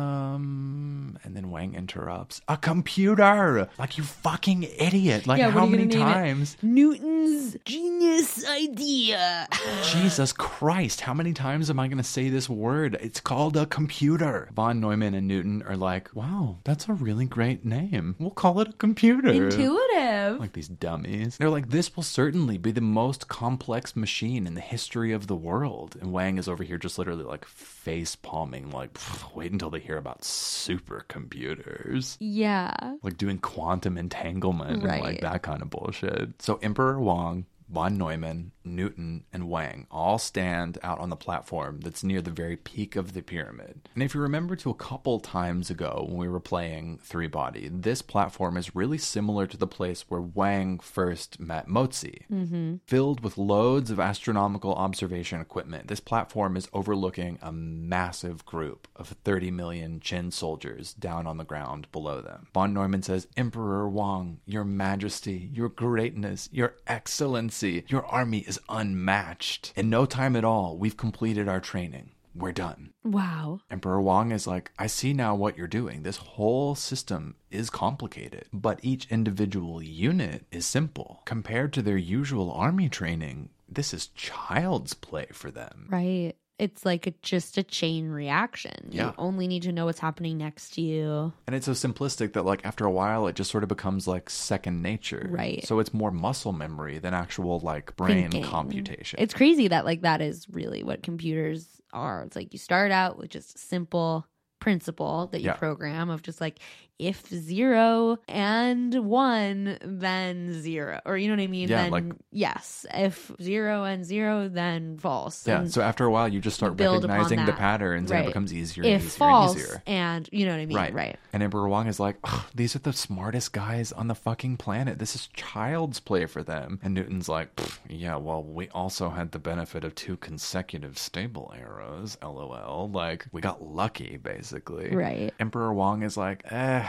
S1: system. And then Wang interrupts a computer! Like, you fucking idiot! Like, how many times?
S2: Newton's genius idea.
S1: Jesus Christ, how many times am I going to say this word? It's called a computer. Von Neumann and Newton are like, wow, that's a really great name. We'll call it a computer.
S2: Intuitive.
S1: Like these dummies. They're like, this will certainly be the most complex machine in the history of the world. And Wang is over here just literally like face palming, like, "Pff, wait until they hear about supercomputers.
S2: yeah.
S1: Like doing quantum entanglement and like
S2: Right.
S1: that kind of bullshit. So Emperor Wang, von Neumann, Newton, and Wang all stand out on the platform that's near the very peak of the pyramid. And if you remember to a couple times ago when we were playing Three Body, this platform is really similar to the place where Wang first met Motzi. Filled with loads of astronomical observation equipment, this platform is overlooking a massive group of 30 million Qin soldiers down on the ground below them. Von Neumann says, Emperor Wang, your majesty, your greatness, your excellency, your army is unmatched. In no time at all, we've completed our training. We're done.
S2: Wow.
S1: Emperor Wang is like, I see now what you're doing. This whole system is complicated, but each individual unit is simple. Compared to their usual army training, this is child's play for them.
S2: Right. It's like a, just a chain reaction.
S1: Yeah.
S2: You only need to know what's happening next to you.
S1: And it's so simplistic that, like, after a while, it just sort of becomes like second nature.
S2: Right.
S1: So it's more muscle memory than actual, like, brain
S2: Thinking.
S1: computation.
S2: It's crazy that like that is really what computers are. It's like you start out with just a simple principle that you
S1: Yeah.
S2: program of just like if zero and one, then zero. Or you know what I mean?
S1: Yeah,
S2: then
S1: like-
S2: yes. If zero and zero, then false.
S1: yeah.
S2: And
S1: So after a while, you just start
S2: um, build upon
S1: recognizing the
S2: that.
S1: patterns and it
S2: Right.
S1: becomes easier and
S2: if
S1: easier
S2: false
S1: and easier.
S2: and you know what I mean?
S1: Right.
S2: Right.
S1: And Emperor Wang is like, "Ugh, these are the smartest guys on the fucking planet. This is child's play for them. And Newton's like, "Pfft, yeah, well, we also had the benefit of two consecutive stable arrows, lol. Like, we got lucky, basically.
S2: Right.
S1: Emperor Wang is like, eh.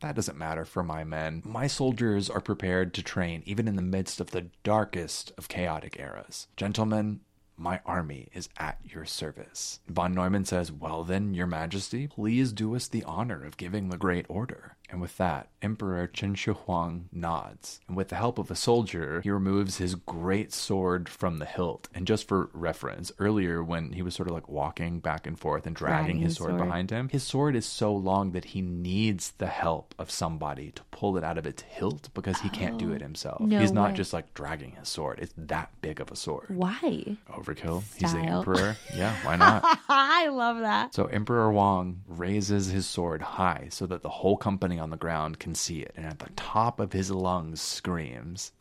S1: That doesn't matter for my men. My soldiers are prepared to train even in the midst of the darkest of chaotic eras. Gentlemen, my army is at your service. Von Neumann says, Well, then, Your Majesty, please do us the honor of giving the great order. And with that, Emperor Qin Shi Huang nods. And with the help of a soldier, he removes his great sword from the hilt. And just for reference, earlier when he was sort of like walking back and forth and dragging,
S2: Dragging
S1: his
S2: his
S1: sword,
S2: sword.
S1: behind him, his sword is so long that he needs the help of somebody to pull it out of its hilt because he can't do it himself.
S2: Oh. no
S1: He's not
S2: way.
S1: just like dragging his sword, it's that big of a sword
S2: Why?
S1: overkill. He's the
S2: Style.
S1: emperor. Yeah, why not?
S2: [LAUGHS] I love that.
S1: so Emperor Wang raises his sword high so that the whole company sitting on the ground can see it and at the top of his lungs screams.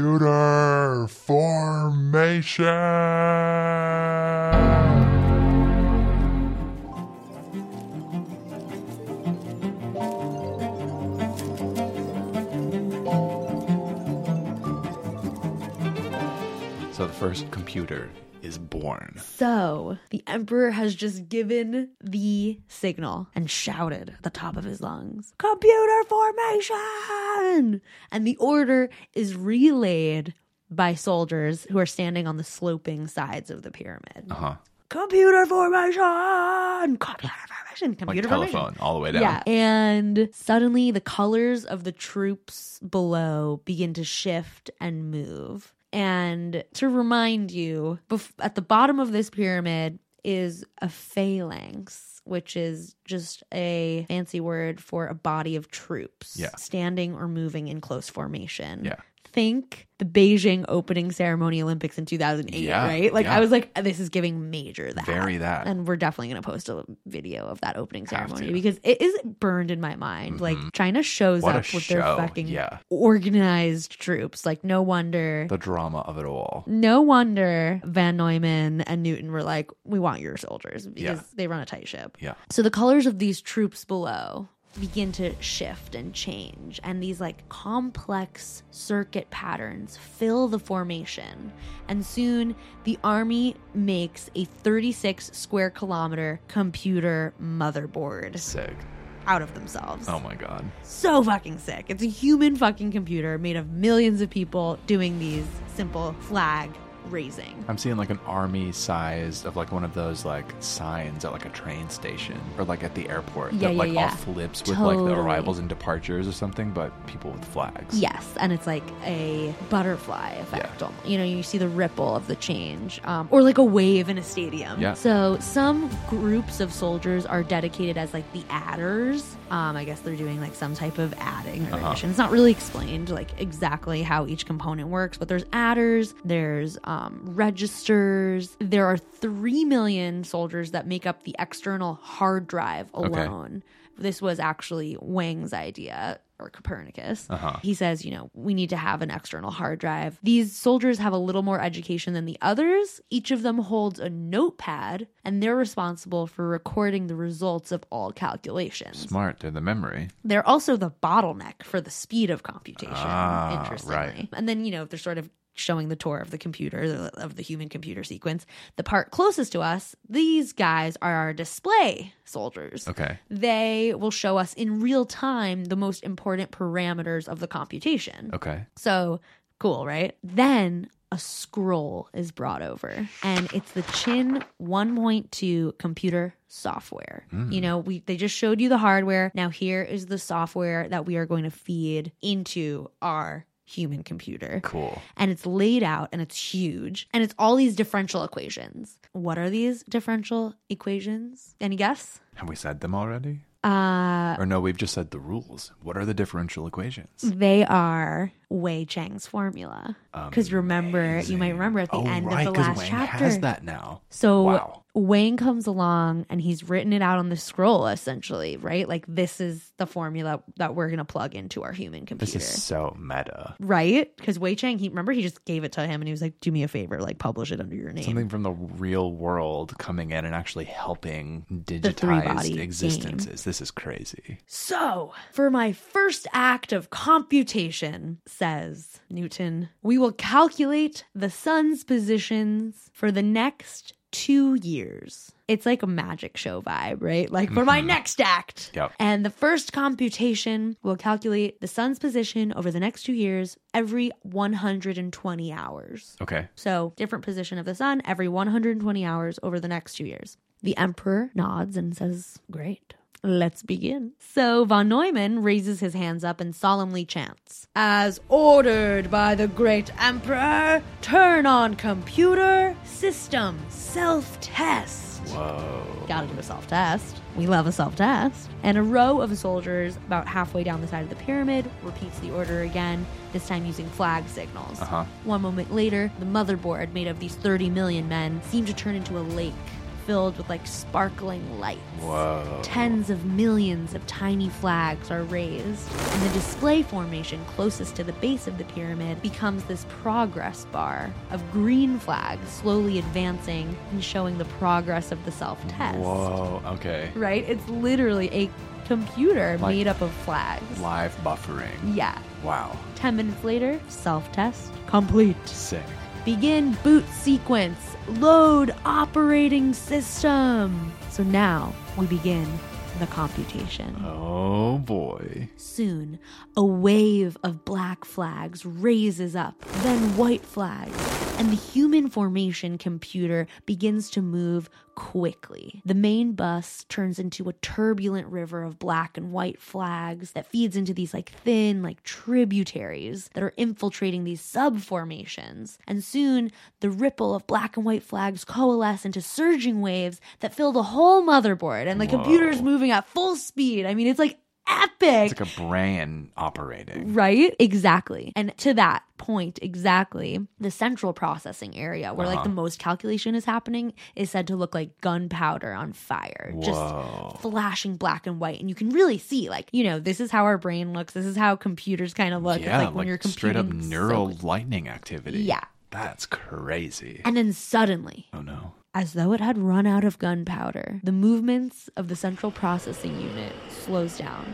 S7: Computer formation.
S1: So the first computer is born.
S2: So the emperor has just given the signal and shouted at the top of his lungs, Computer formation! And the order is relayed by soldiers who are standing on the sloping sides of the pyramid.
S1: Uh huh.
S2: Computer formation! Computer formation!
S1: Like
S2: Computer
S1: telephone,
S2: formation!
S1: all the way down.
S2: Yeah. And suddenly the colors of the troops below begin to shift and move. And to remind you, bef- at the bottom of this pyramid is a phalanx, which is just a fancy word for a body of troops
S1: Yeah.
S2: standing or moving in close formation.
S1: Yeah.
S2: Think the Beijing opening ceremony Olympics in 2008,
S1: Yeah,
S2: right? Like,
S1: yeah.
S2: I was like, this is giving major that.
S1: Very that.
S2: And we're definitely going to post a video of that opening
S1: Have
S2: ceremony
S1: to. Mm-hmm.
S2: because it is burned in my mind. Like China shows
S1: What a
S2: up with their
S1: show.
S2: fucking
S1: Yeah.
S2: organized troops. Like no wonder.
S1: The drama of it all.
S2: no wonder Van Neumann and Newton were like, we want your soldiers because
S1: Yeah.
S2: they run a tight ship.
S1: Yeah.
S2: So the colors of these troops below begin to shift and change, and these like complex circuit patterns fill the formation. And soon the army makes a 36 square kilometer computer motherboard
S1: Sick.
S2: out of themselves.
S1: Oh my god.
S2: So fucking sick. It's a human fucking computer made of millions of people doing these simple flag raising.
S1: I'm seeing like an army sized of like one of those like signs at like a train station or like at the airport
S2: Yeah,
S1: that
S2: yeah,
S1: like
S2: yeah.
S1: all flips with like
S2: Totally.
S1: the arrivals and departures or something, but people with flags.
S2: Yes, and it's like a butterfly effect. almo- You know, you see the ripple of the change, um, or like a wave in a stadium.
S1: Yeah.
S2: So some groups of soldiers are dedicated as like the adders. Um, I guess they're doing like some type of adding recognition. It's not really explained like exactly how each component works, but there's adders, there's um, registers. There are three million soldiers that make up the external hard drive alone. This was actually Wang's idea or Copernicus.
S1: Uh-huh.
S2: He says, you know, we need to have an external hard drive. These soldiers have a little more education than the others. Each of them holds a notepad and they're responsible for recording the results of all calculations.
S1: Smart, they're the memory.
S2: They're also the bottleneck for the speed of computation,
S1: Ah,
S2: interestingly.
S1: right.
S2: And then, you know, they're sort of showing the tour of the computer, of the human computer sequence. The part closest to us, these guys are our display soldiers.
S1: Okay.
S2: They will show us in real time the most important parameters of the computation.
S1: Okay.
S2: So cool, right? Then a scroll is brought over, and it's the Chin 1.2 computer software.
S1: Hmm.
S2: You know, we they just showed you the hardware. Now here is the software that we are going to feed into our human computer.
S1: Cool.
S2: And it's laid out and it's huge. And it's all these differential equations. What are these differential equations? Any guess?
S1: Have we said them already?
S2: Uh
S1: Or no, we've just said the rules. What are the differential equations?
S2: They are Wei Chang's formula. Because remember, you might remember at the
S1: oh,
S2: end
S1: right,
S2: of the
S1: 'cause
S2: last
S1: Wang
S2: chapter.
S1: has that now.
S2: So
S1: Wow.
S2: Wang comes along and he's written it out on the scroll, essentially, right? Like this is the formula that we're gonna plug into our human
S1: This
S2: computer.
S1: is so meta.
S2: Right? Because Wei Chang, he remember he just gave it to him and he was like, Do me a favor, like publish it under your name.
S1: Something from the real world coming in and actually helping
S2: three-body
S1: digitize
S2: game.
S1: existences. This is crazy.
S2: So, for my first act of computation, says Newton, we will calculate the sun's positions for the next two years. It's like a magic show vibe, right? Like for my next act.
S1: Yep.
S2: And the first computation will calculate the sun's position over the next two years every 120 hours.
S1: Okay.
S2: So, different position of the sun every 120 hours over the next two years. The emperor nods and says, Great. Let's begin. So von Neumann raises his hands up and solemnly chants, As ordered by the great emperor, turn on computer system self test. Gotta do a self test. We love a self test. And a row of soldiers about halfway down the side of the pyramid repeats the order again, this time using flag signals. One moment later, the motherboard made of these 30 million men seemed to turn into a lake filled with like sparkling lights.
S1: Whoa.
S2: Tens of millions of tiny flags are raised, and the display formation closest to the base of the pyramid becomes this progress bar of green flags slowly advancing and showing the progress of the self test.
S1: Whoa. Okay.
S2: Right? It's literally a computer
S1: Like-
S2: made up of flags.
S1: Live buffering.
S2: Yeah.
S1: Wow.
S2: 10 minutes later, self test complete.
S1: Sick.
S2: Begin boot sequence. Load operating system. So now we begin the computation.
S1: Oh boy.
S2: Soon, a wave of black flags raises up, then white flags, and the human formation computer begins to move quickly. The main bus turns into a turbulent river of black and white flags that feeds into these like thin, like tributaries that are infiltrating these sub formations. And soon, the ripple of black and white flags coalesce into surging waves that fill the whole motherboard, and the computer's moving at full speed. I mean, it's like epic.
S1: It's like a brain operating.
S2: Right? Exactly. And to that point, exactly, the central processing area where like
S1: Uh-huh.
S2: the most calculation is happening is said to look like gunpowder on fire.
S1: Whoa.
S2: Just flashing black and white. And you can really see, like, you know, this is how our brain looks. This is how computers kind of look. It's
S1: yeah, like,
S2: when you're
S1: straight up
S2: computing so-
S1: neural lightning activity.
S2: Yeah.
S1: That's crazy.
S2: And then suddenly,
S1: Oh no.
S2: as though it had run out of gunpowder, the movements of the central processing unit slows down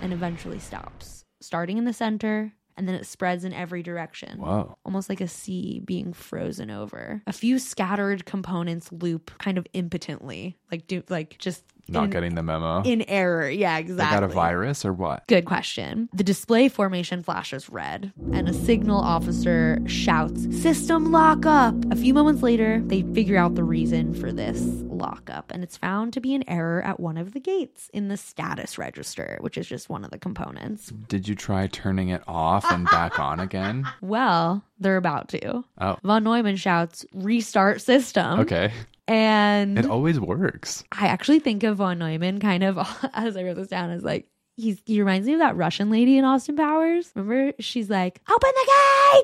S2: and eventually stops, starting in the center and then it spreads in every direction.
S1: Whoa.
S2: Almost like a sea being frozen over. A few scattered components loop kind of impotently, like do like just
S1: Not
S2: in,
S1: getting the memo.
S2: in error. Yeah,
S1: they
S2: exactly.
S1: got a virus or what?
S2: Good question. The display formation flashes red, and a signal officer shouts, System lockup! A few moments later, they figure out the reason for this lockup, and it's found to be an error at one of the gates in the status register, which is just one of the components.
S1: Did you try turning it off and back on
S2: [LAUGHS]
S1: again?
S2: Well, they're about to.
S1: Oh.
S2: Von Neumann shouts, Restart system.
S1: Okay.
S2: And
S1: It always works.
S2: I actually think of Von Neumann kind of [LAUGHS] as I wrote this down as like he's he reminds me of that Russian lady in Austin Powers. Remember, she's like, "Open the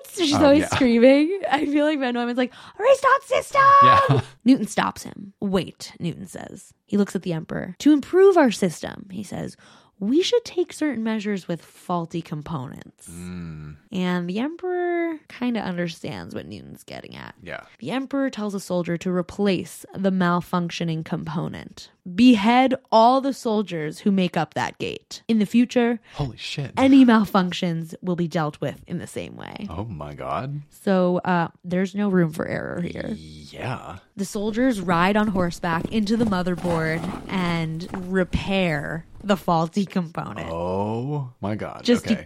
S2: gates!" She's
S1: Oh,
S2: always
S1: yeah. [LAUGHS]
S2: screaming. I feel like Von Neumann's like, "Restart system."
S1: Yeah. [LAUGHS]
S2: Newton stops him. Wait, Newton says. He looks at the Emperor. To improve our system, he says, we should take certain measures with faulty components.
S1: Hmm.
S2: And the Emperor kind of understands what Newton's getting at.
S1: Yeah.
S2: The emperor tells a soldier to replace the malfunctioning component. Behead all the soldiers who make up that gate. In the future,
S1: Holy shit.
S2: any malfunctions will be dealt with in the same way.
S1: oh my god.
S2: So uh, there's no room for error here.
S1: Yeah.
S2: The soldiers ride on horseback into the motherboard and repair the faulty component.
S1: Oh my god.
S2: Just
S1: okay, got it.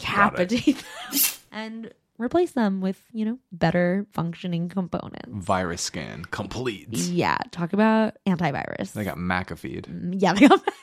S2: decapitate them [LAUGHS] and replace them with, you know, better functioning components.
S1: Virus scan complete.
S2: Yeah, talk about antivirus.
S1: They got McAfee'd.
S2: [LAUGHS] Yeah, they got back.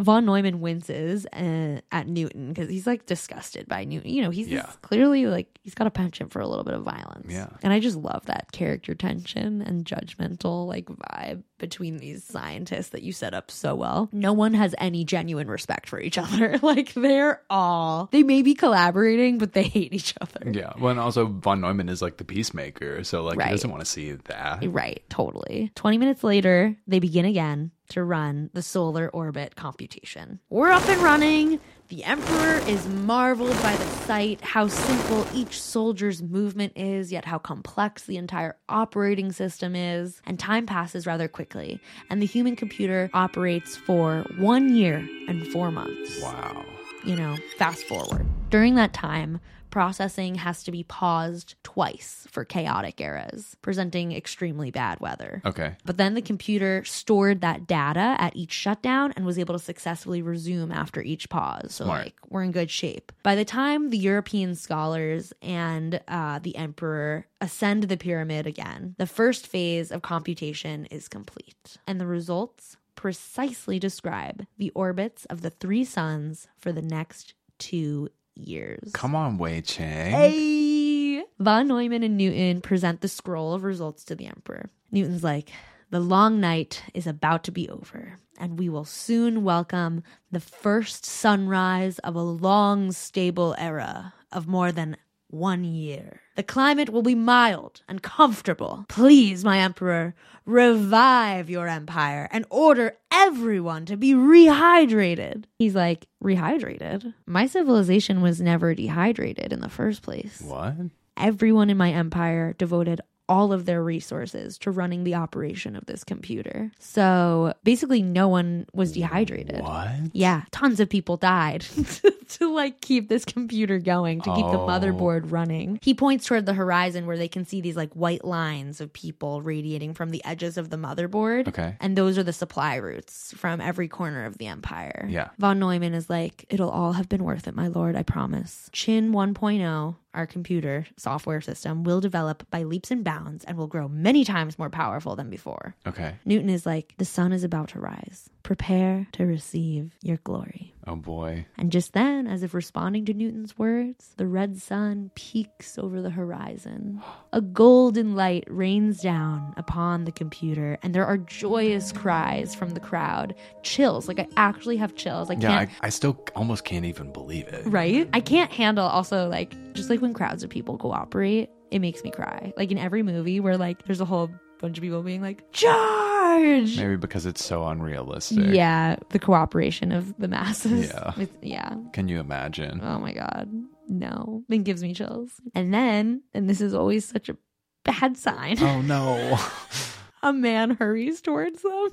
S2: Von Neumann winces uh, at Newton because he's like disgusted by Newton. You know, he's
S1: Yeah.
S2: clearly like he's got a penchant for a little bit of violence.
S1: Yeah.
S2: and I just love that character tension and judgmental like vibe between these scientists that you set up so well. No one has any genuine respect for each other. [LAUGHS] Like they're all they may be collaborating, but they hate each other.
S1: Yeah. Well, and also von Neumann is like the peacemaker, so like
S2: Right.
S1: he doesn't want to see that.
S2: Right, totally. 20 minutes later, they begin again to run the solar orbit computation. We're up and running. The Emperor is marveled by the sight, how simple each soldier's movement is, yet how complex the entire operating system is. And time passes rather quickly, and the human computer operates for one year and four months
S1: Wow.
S2: you know, fast forward. During that time, processing has to be paused twice for chaotic errors, presenting extremely bad weather.
S1: Okay.
S2: But then the computer stored that data at each shutdown and was able to successfully resume after each pause. So,
S1: Smart.
S2: like, we're in good shape. By the time the European scholars and uh, the emperor ascend the pyramid again, the first phase of computation is complete. And the results precisely describe the orbits of the three suns for the next two years.
S1: Come on, Wei Chang.
S2: Hey! Von Neumann and Newton present the scroll of results to the emperor. Newton's like, The long night is about to be over, and we will soon welcome the first sunrise of a long, stable era of more than one year. The climate will be mild and comfortable. Please, my emperor, revive your empire and order everyone to be rehydrated. He's like, rehydrated? My civilization was never dehydrated in the first place.
S1: What?
S2: Everyone in my empire devoted all of their resources to running the operation of this computer. So basically, no one was dehydrated.
S1: What?
S2: Yeah, tons of people died [LAUGHS] to like keep this computer going, to keep the
S1: Oh.
S2: motherboard running. He points toward the horizon where they can see these like white lines of people radiating from the edges of the motherboard.
S1: Okay.
S2: And those are the supply routes from every corner of the empire.
S1: Yeah.
S2: Von Neumann is like, it'll all have been worth it, my lord, I promise. Chin 1.0, oh, our computer software system, will develop by leaps and bounds and will grow many times more powerful than before.
S1: Okay.
S2: Newton is like, the sun is about to rise. Prepare to receive your glory.
S1: Oh boy.
S2: And just then, as if responding to Newton's words, the red sun peaks over the horizon. A golden light rains down upon the computer, and there are joyous cries from the crowd. Chills. Like, I actually have chills. I
S1: Yeah,
S2: can't.
S1: I, I still almost can't even believe it.
S2: Right? I can't handle also like just like when crowds of people cooperate, it makes me cry. Like in every movie where like there's a whole bunch of people being like, Charge!
S1: Maybe because it's so unrealistic.
S2: Yeah, the cooperation of the masses.
S1: Yeah.
S2: It's- yeah.
S1: Can you imagine?
S2: Oh my god. No. It gives me chills. And then, and this is always such a bad sign,
S1: oh no.
S2: [LAUGHS] a man hurries towards them.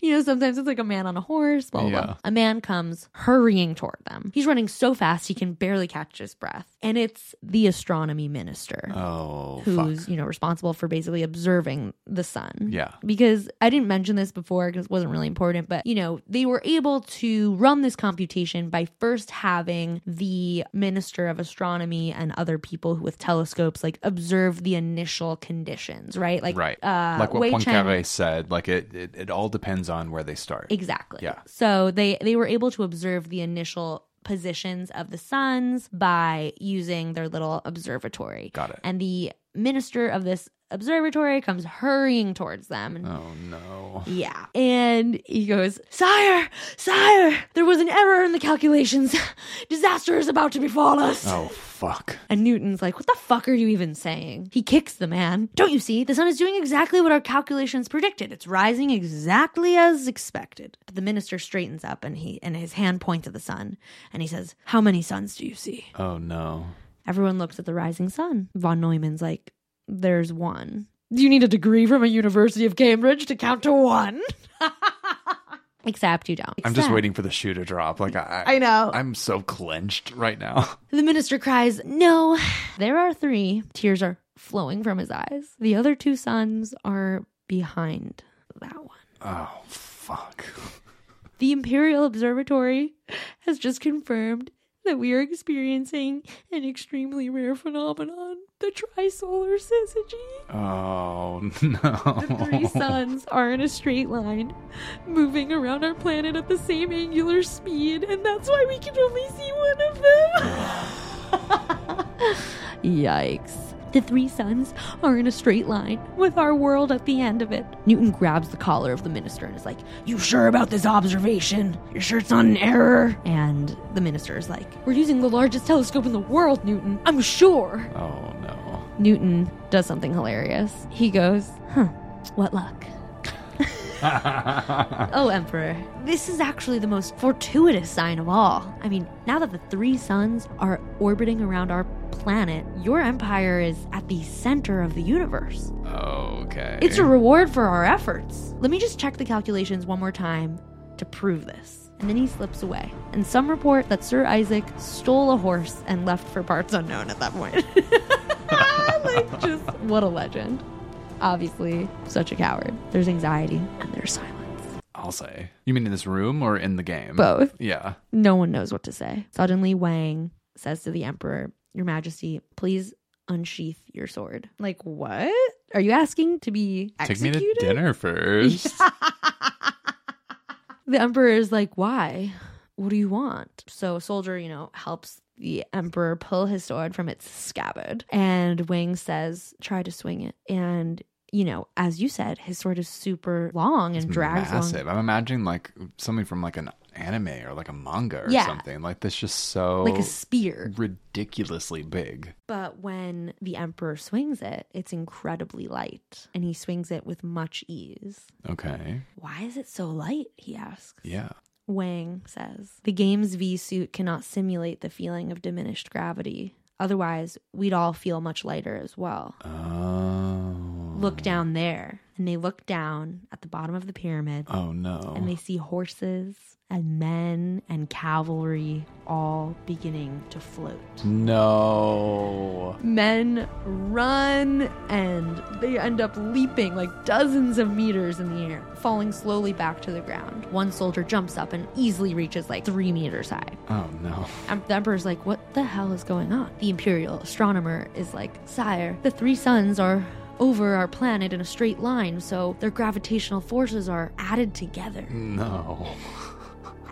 S2: You know, sometimes it's like a man on a horse, blah, blah,
S1: Yeah.
S2: blah. A man comes hurrying toward them. He's running so fast he can barely catch his breath. And it's the astronomy minister
S1: oh
S2: who's,
S1: fuck.
S2: you know, responsible for basically observing the sun
S1: Yeah.
S2: because I didn't mention this before because it wasn't really important, but you know, they were able to run this computation by first having the minister of astronomy and other people who, with telescopes like observe the initial conditions, right? Like,
S1: right.
S2: uh,
S1: like what
S2: Wei Chen-
S1: Poincare said, like it, it it all depends on where they start.
S2: Exactly.
S1: Yeah.
S2: So they they were able to observe the initial positions of the suns by using their little observatory.
S1: Got it.
S2: And the minister of this observatory comes hurrying towards them and
S1: oh no.
S2: Yeah. And he goes, Sire, sire, there was an error in the calculations. [LAUGHS] Disaster is about to befall us.
S1: Oh fuck.
S2: And Newton's like, What the fuck are you even saying? He kicks the man. Don't you see? The sun is doing exactly what our calculations predicted. It's rising exactly as expected. But the minister straightens up and he and his hand points at the sun and he says, How many suns do you see?
S1: Oh no.
S2: Everyone looks at the rising sun. Von Neumann's like, There's one. Do you need a degree from a University of Cambridge to count to one? [LAUGHS] Except you don't.
S1: I'm just
S2: Except-
S1: waiting for the shoe to drop. Like I
S2: I know.
S1: I'm so clenched right now. [LAUGHS]
S2: The minister cries, No, there are three. Tears are flowing from his eyes. The other two sons are behind that one.
S1: Oh fuck.
S2: The Imperial Observatory has just confirmed that we are experiencing an extremely rare phenomenon the trisolar syzygy.
S1: Oh [LAUGHS] no.
S2: The
S1: [LAUGHS]
S2: three suns are in a straight line, moving around our planet at the same angular speed, and that's why we can only see one of them. [LAUGHS] Yikes. The three suns are in a straight line, with our world at the end of it. Newton grabs the collar of the minister and is like, You sure about this observation? You're sure it's not an error? And the minister is like, We're using the largest telescope in the world, Newton. I'm sure.
S1: oh no. [LAUGHS]
S2: Newton does something hilarious. He goes, Huh, what luck. oh, Emperor, this is actually the most fortuitous sign of all. I mean, now that the three suns are orbiting around our planet, your empire is at the center of the universe.
S1: Okay.
S2: It's a reward for our efforts. Let me just check the calculations one more time to prove this. And then he slips away. And some report that Sir Isaac stole a horse and left for parts unknown at that point. [LAUGHS] like, just what a legend. Obviously, such a coward. There's anxiety and there's silence.
S1: I'll say. You mean in this room or in the game?
S2: Both.
S1: Yeah.
S2: No one knows what to say. Suddenly, Wang says to the Emperor, Your Majesty, please unsheath your sword. Like, what? Are you asking to be executed?
S1: Take me to dinner
S2: [LAUGHS]
S1: first.
S2: the emperor is like, Why? What do you want? So a soldier, you know, helps the emperor pull his sword from its scabbard. And Wang says, Try to swing it. And you know, as you said, his sword is super long and drags
S1: massive.
S2: along.
S1: I'm imagining like something from like an anime or like a manga or
S2: Yeah.
S1: something. Like this just so
S2: Like a spear.
S1: ridiculously big.
S2: But when the emperor swings it, it's incredibly light and he swings it with much ease.
S1: Okay.
S2: Why is it so light? He asks.
S1: Yeah.
S2: Wang says The game's V suit cannot simulate the feeling of diminished gravity. Otherwise, we'd all feel much lighter as well.
S1: Oh.
S2: Look down there. And they look down at the bottom of the pyramid
S1: Oh no.
S2: and they see horses and men and cavalry all beginning to float.
S1: no.
S2: Men run and they end up leaping like dozens of meters in the air, falling slowly back to the ground. One soldier jumps up and easily reaches like three meters high.
S1: Oh no.
S2: Um, the emperor's like, What the hell is going on? The imperial astronomer is like, Sire, the three suns are over our planet in a straight line, so their gravitational forces are added together.
S1: No.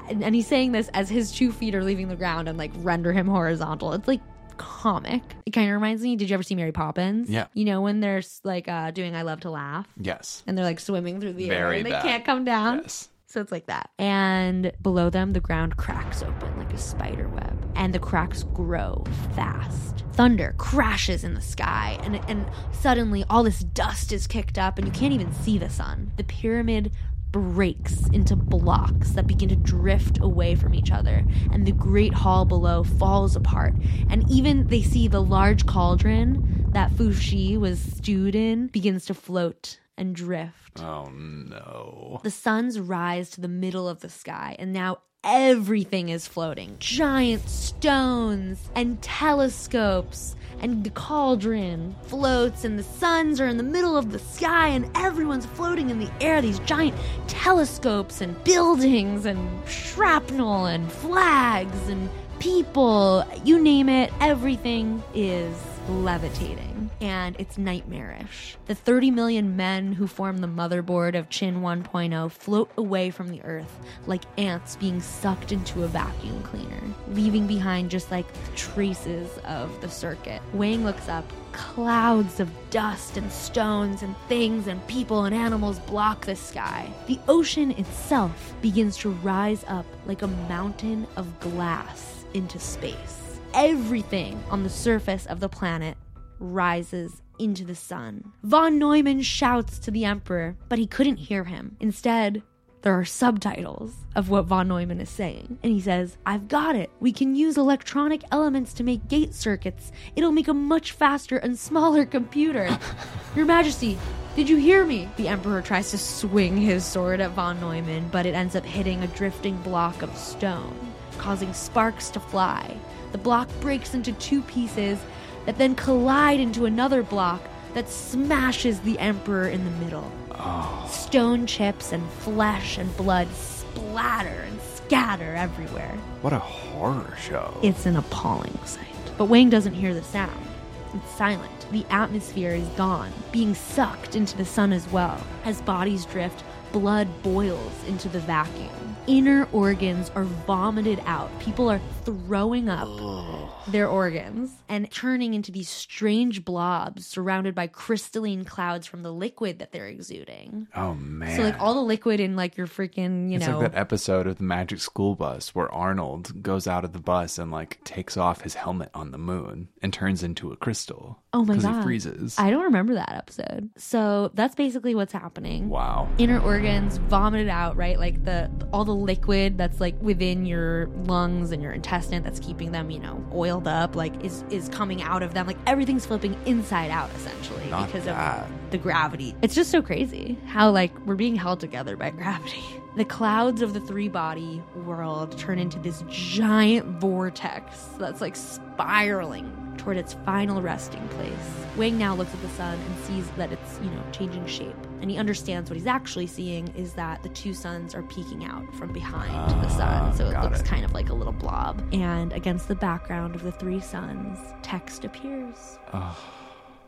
S2: And, and he's saying this as his two feet are leaving the ground and like render him horizontal. It's like comic. It kind of reminds me, did you ever see Mary Poppins?
S1: Yeah.
S2: You know, when they're like uh, doing I Love to Laugh
S1: Yes.
S2: and they're like swimming through the air
S1: Very
S2: and they
S1: that.
S2: can't come down.
S1: Yes.
S2: So it's like that. And below them, the ground cracks open like a spider web, and the cracks grow fast. Thunder crashes in the sky, and, and suddenly all this dust is kicked up, and you can't even see the sun. The pyramid breaks into blocks that begin to drift away from each other, and the great hall below falls apart. And even they see the large cauldron that Fushi was stewed in begins to float and drift.
S1: Oh no.
S2: The suns rise to the middle of the sky, and now everything is floating. Giant stones and telescopes and the cauldron floats, and the suns are in the middle of the sky, and everyone's floating in the air. These giant telescopes and buildings and shrapnel and flags and people, you name it, everything is levitating and it's nightmarish. The 30 million men who form the motherboard of Chin 1.0 float away from the earth like ants being sucked into a vacuum cleaner, leaving behind just like traces of the circuit. Wang looks up. Clouds of dust and stones and things and people and animals block the sky. The ocean itself begins to rise up like a mountain of glass into space everything on the surface of the planet rises into the sun. Von Neumann shouts to the Emperor, but he couldn't hear him. Instead, there are subtitles of what von Neumann is saying. And he says, I've got it. We can use electronic elements to make gate circuits. It'll make a much faster and smaller computer. Your Majesty, did you hear me? The Emperor tries to swing his sword at von Neumann, but it ends up hitting a drifting block of stone causing sparks to fly. The block breaks into two pieces that then collide into another block that smashes the Emperor in the middle. Stone chips and flesh and blood splatter and scatter everywhere.
S1: What a horror show.
S2: It's an appalling sight. But Wang doesn't hear the sound. It's silent. The atmosphere is gone, being sucked into the sun as well. As bodies drift, blood boils into the vacuum. Inner organs are vomited out. People are throwing up their organs and turning into these strange blobs surrounded by crystalline clouds from the liquid that they're exuding.
S1: oh man.
S2: So, like, all the liquid in, like, your freaking, you
S1: it's
S2: know.
S1: like that episode of the Magic School Bus where Arnold goes out of the bus and like takes off his helmet on the moon and turns into a crystal.
S2: oh my
S1: Because
S2: God.
S1: he freezes.
S2: I don't remember that episode. So that's basically what's happening.
S1: wow.
S2: Inner organs vomited out, right? Like the all the liquid that's like within your lungs and your intestine that's keeping them, you know, oiled up, like is is coming out of them. Like everything's flipping inside out essentially
S1: Not
S2: because
S1: that.
S2: of the gravity. It's just so crazy how like we're being held together by gravity. The clouds of the three body world turn into this giant vortex that's like spiraling toward its final resting place. Wang now looks at the sun and sees that it's, you know, changing shape. And he understands what he's actually seeing is that the two suns are peeking out from behind the sun. So it
S1: got
S2: looks
S1: it.
S2: kind of like a little blob. And against the background of the three suns, text appears.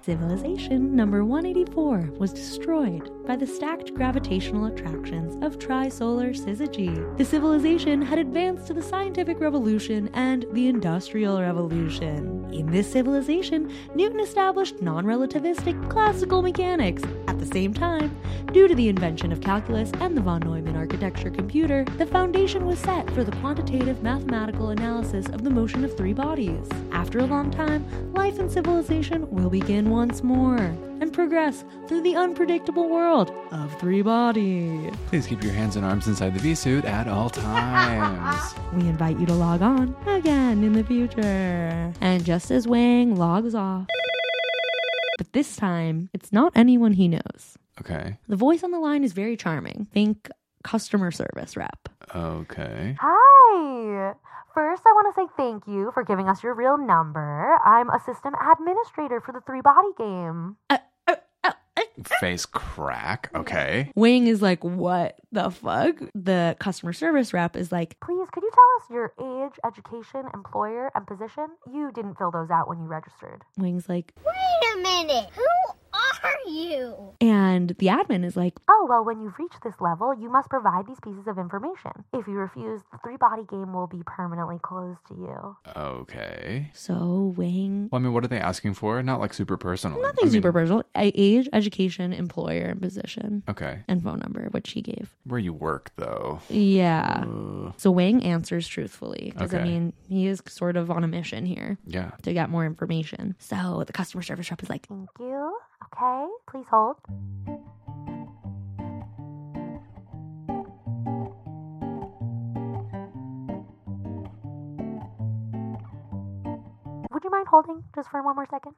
S2: Civilization number 184 was destroyed by the stacked gravitational attractions of trisolar syzygy. The civilization had advanced to the scientific revolution and the industrial revolution. In this civilization, Newton established non relativistic classical mechanics. At the same time, due to the invention of calculus and the von Neumann architecture computer, the foundation was set for the quantitative mathematical analysis of the motion of three bodies. After a long time, life and civilization will begin once more and progress through the unpredictable world of three body.
S1: Please keep your hands and arms inside the V suit at all
S2: [LAUGHS]
S1: times.
S2: We invite you to log on again in the future. And just as Wang logs off, but this time it's not anyone he knows.
S1: okay.
S2: The voice on the line is very charming. Think customer service rep.
S1: Okay.
S2: Hi. First, I want to say thank you for giving us your real number. I'm a system administrator for the Three Body Game.
S1: Face crack. Okay.
S2: Oh, uh, Wing is like, what the fuck? The customer service rep is like, please, could you tell us your age, education, employer, and position? You didn't fill those out when you registered. Wing's like,
S8: Wait a minute. Who are you? [LAUGHS]
S2: And the admin is like, Oh, well, when you've reached this level, you must provide these pieces of information. If you refuse, the three body game will be permanently closed to you.
S1: Okay.
S2: So, Wang.
S1: Well, I mean, what are they asking for? Not like super personal.
S2: Nothing
S1: I mean,
S2: super personal. A- Age, education, employer, and position,
S1: Okay.
S2: and phone number, which he gave.
S1: Where you work, though.
S2: Yeah.
S1: Uh,
S2: So, Wang answers truthfully. Because, I
S1: Okay.
S2: mean, he is sort of on a mission here.
S1: yeah.
S2: To get more information. So the customer service rep is like, [LAUGHS]
S8: Thank you. Okay, please hold.
S2: Would you mind holding just for one more second?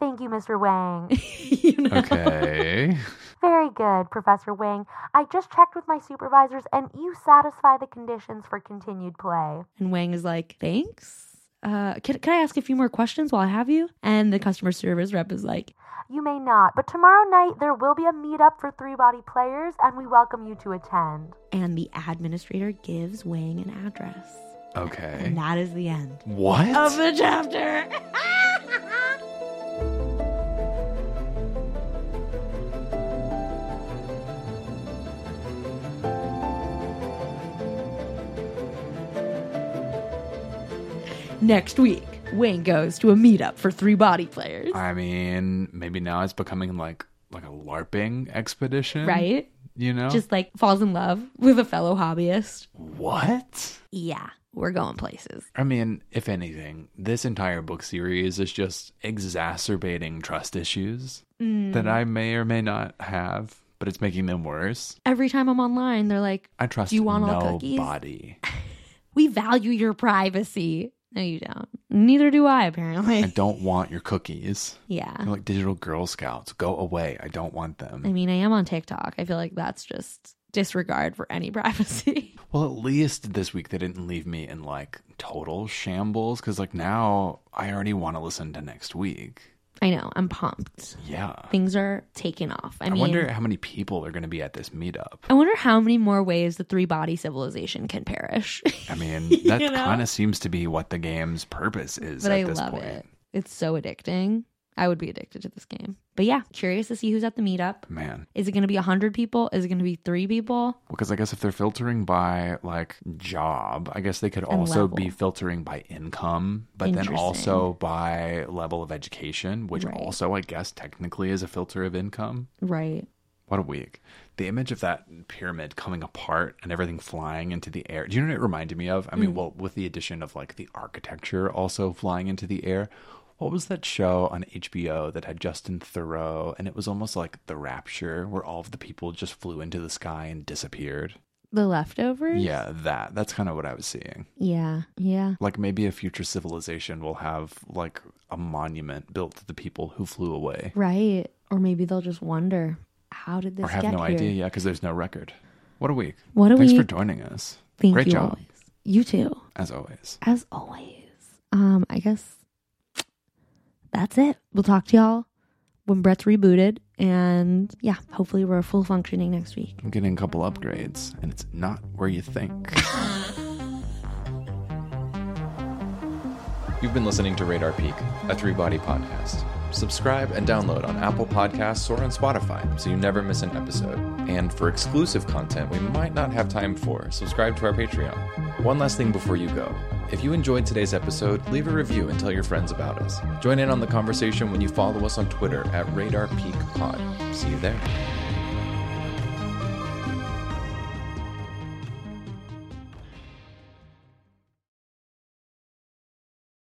S8: Thank you, Mr. Wang.
S2: you know?
S1: Okay.
S8: Very good, Professor Wang. I just checked with my supervisors and you satisfy the conditions for continued play.
S2: And Wang is like, thanks. Uh, can, can I ask a few more questions while I have you? And the customer service rep is like,
S8: You may not, but tomorrow night there will be a meetup for three body players and we welcome you to attend.
S2: and the administrator gives Wang an address.
S1: [LAUGHS] Okay.
S2: And that is the end
S1: What?
S2: of the chapter. [LAUGHS] Next week, Wang goes to a meetup for three body players.
S1: I mean, maybe now it's becoming like like a LARPing expedition,
S2: right?
S1: You know,
S2: Just like falls in love with a fellow hobbyist.
S1: what?
S2: Yeah, we're going places.
S1: I mean, if anything, this entire book series is just exacerbating trust issues
S2: Mm.
S1: that I may or may not have, but it's making them worse.
S2: Every time I'm online, they're like,
S1: I trust
S2: Do you want all cookies?
S1: nobody.
S2: we value your privacy. No, you don't. Neither do I, apparently.
S1: I don't want your cookies.
S2: [LAUGHS] yeah.
S1: They're like digital Girl Scouts. Go away. I don't want them.
S2: I mean, I am on TikTok. I feel like that's just disregard for any [LAUGHS] privacy.
S1: Well, at least this week they didn't leave me in like total shambles because, like, now I already want to listen to next week.
S2: I know. I'm pumped.
S1: Yeah.
S2: Things are taking off. I,
S1: I,
S2: mean, Oh,
S1: wonder how many people are going to be at this meetup.
S2: [LAUGHS] I wonder how many more ways the three body civilization can perish. [LAUGHS]
S1: I mean, that
S2: You know?
S1: kind of seems to be what the game's purpose is
S2: but
S1: at
S2: I
S1: this
S2: love
S1: point.
S2: it. It's so addicting. I would be addicted to this game. But yeah, curious to see who's at the meetup.
S1: Man.
S2: Is it going to be 100 people? Is it going to be three people?
S1: Because I guess if they're filtering by like job, I guess they could
S2: And
S1: also
S2: level.
S1: be filtering by income, but then
S2: Interesting.
S1: also by level of education, which
S2: Right.
S1: also, I guess, technically is a filter of income.
S2: Right.
S1: What a week. The image of that pyramid coming apart and everything flying into the air. Do you know what it reminded me of? I mean, well, with the addition of like the architecture also flying into the air. What was that show on HBO that had Justin Thoreau and it was almost like The Rapture where all of the people just flew into the sky and disappeared?
S2: The leftovers?
S1: Yeah, that. That's kind of what I was seeing.
S2: Yeah. Yeah.
S1: Like maybe a future civilization will have like a monument built to the people who flew away.
S2: Right. Or maybe they'll just wonder, how did this
S1: or have
S2: get
S1: no
S2: here?
S1: idea, yeah, because there's no record. What a week.
S2: What a
S1: Thanks for
S2: week.
S1: joining us.
S2: Thank
S1: Great
S2: you
S1: job,
S2: always. You too,
S1: as always.
S2: as always. Um, I guess that's it. We'll talk to y'all when Brett's rebooted, and yeah, hopefully we're full functioning next week.
S1: I'm getting a couple upgrades, and it's not where you think. [LAUGHS] You've been listening to Radar Peak, a three body podcast. Subscribe and download on Apple Podcasts or on Spotify so you never miss an episode. And for exclusive content we might not have time for, subscribe to our Patreon. One last thing before you go. If you enjoyed today's episode, leave a review and tell your friends about us. Join in on the conversation when you follow us on Twitter at Radar Peak Pod. See you there.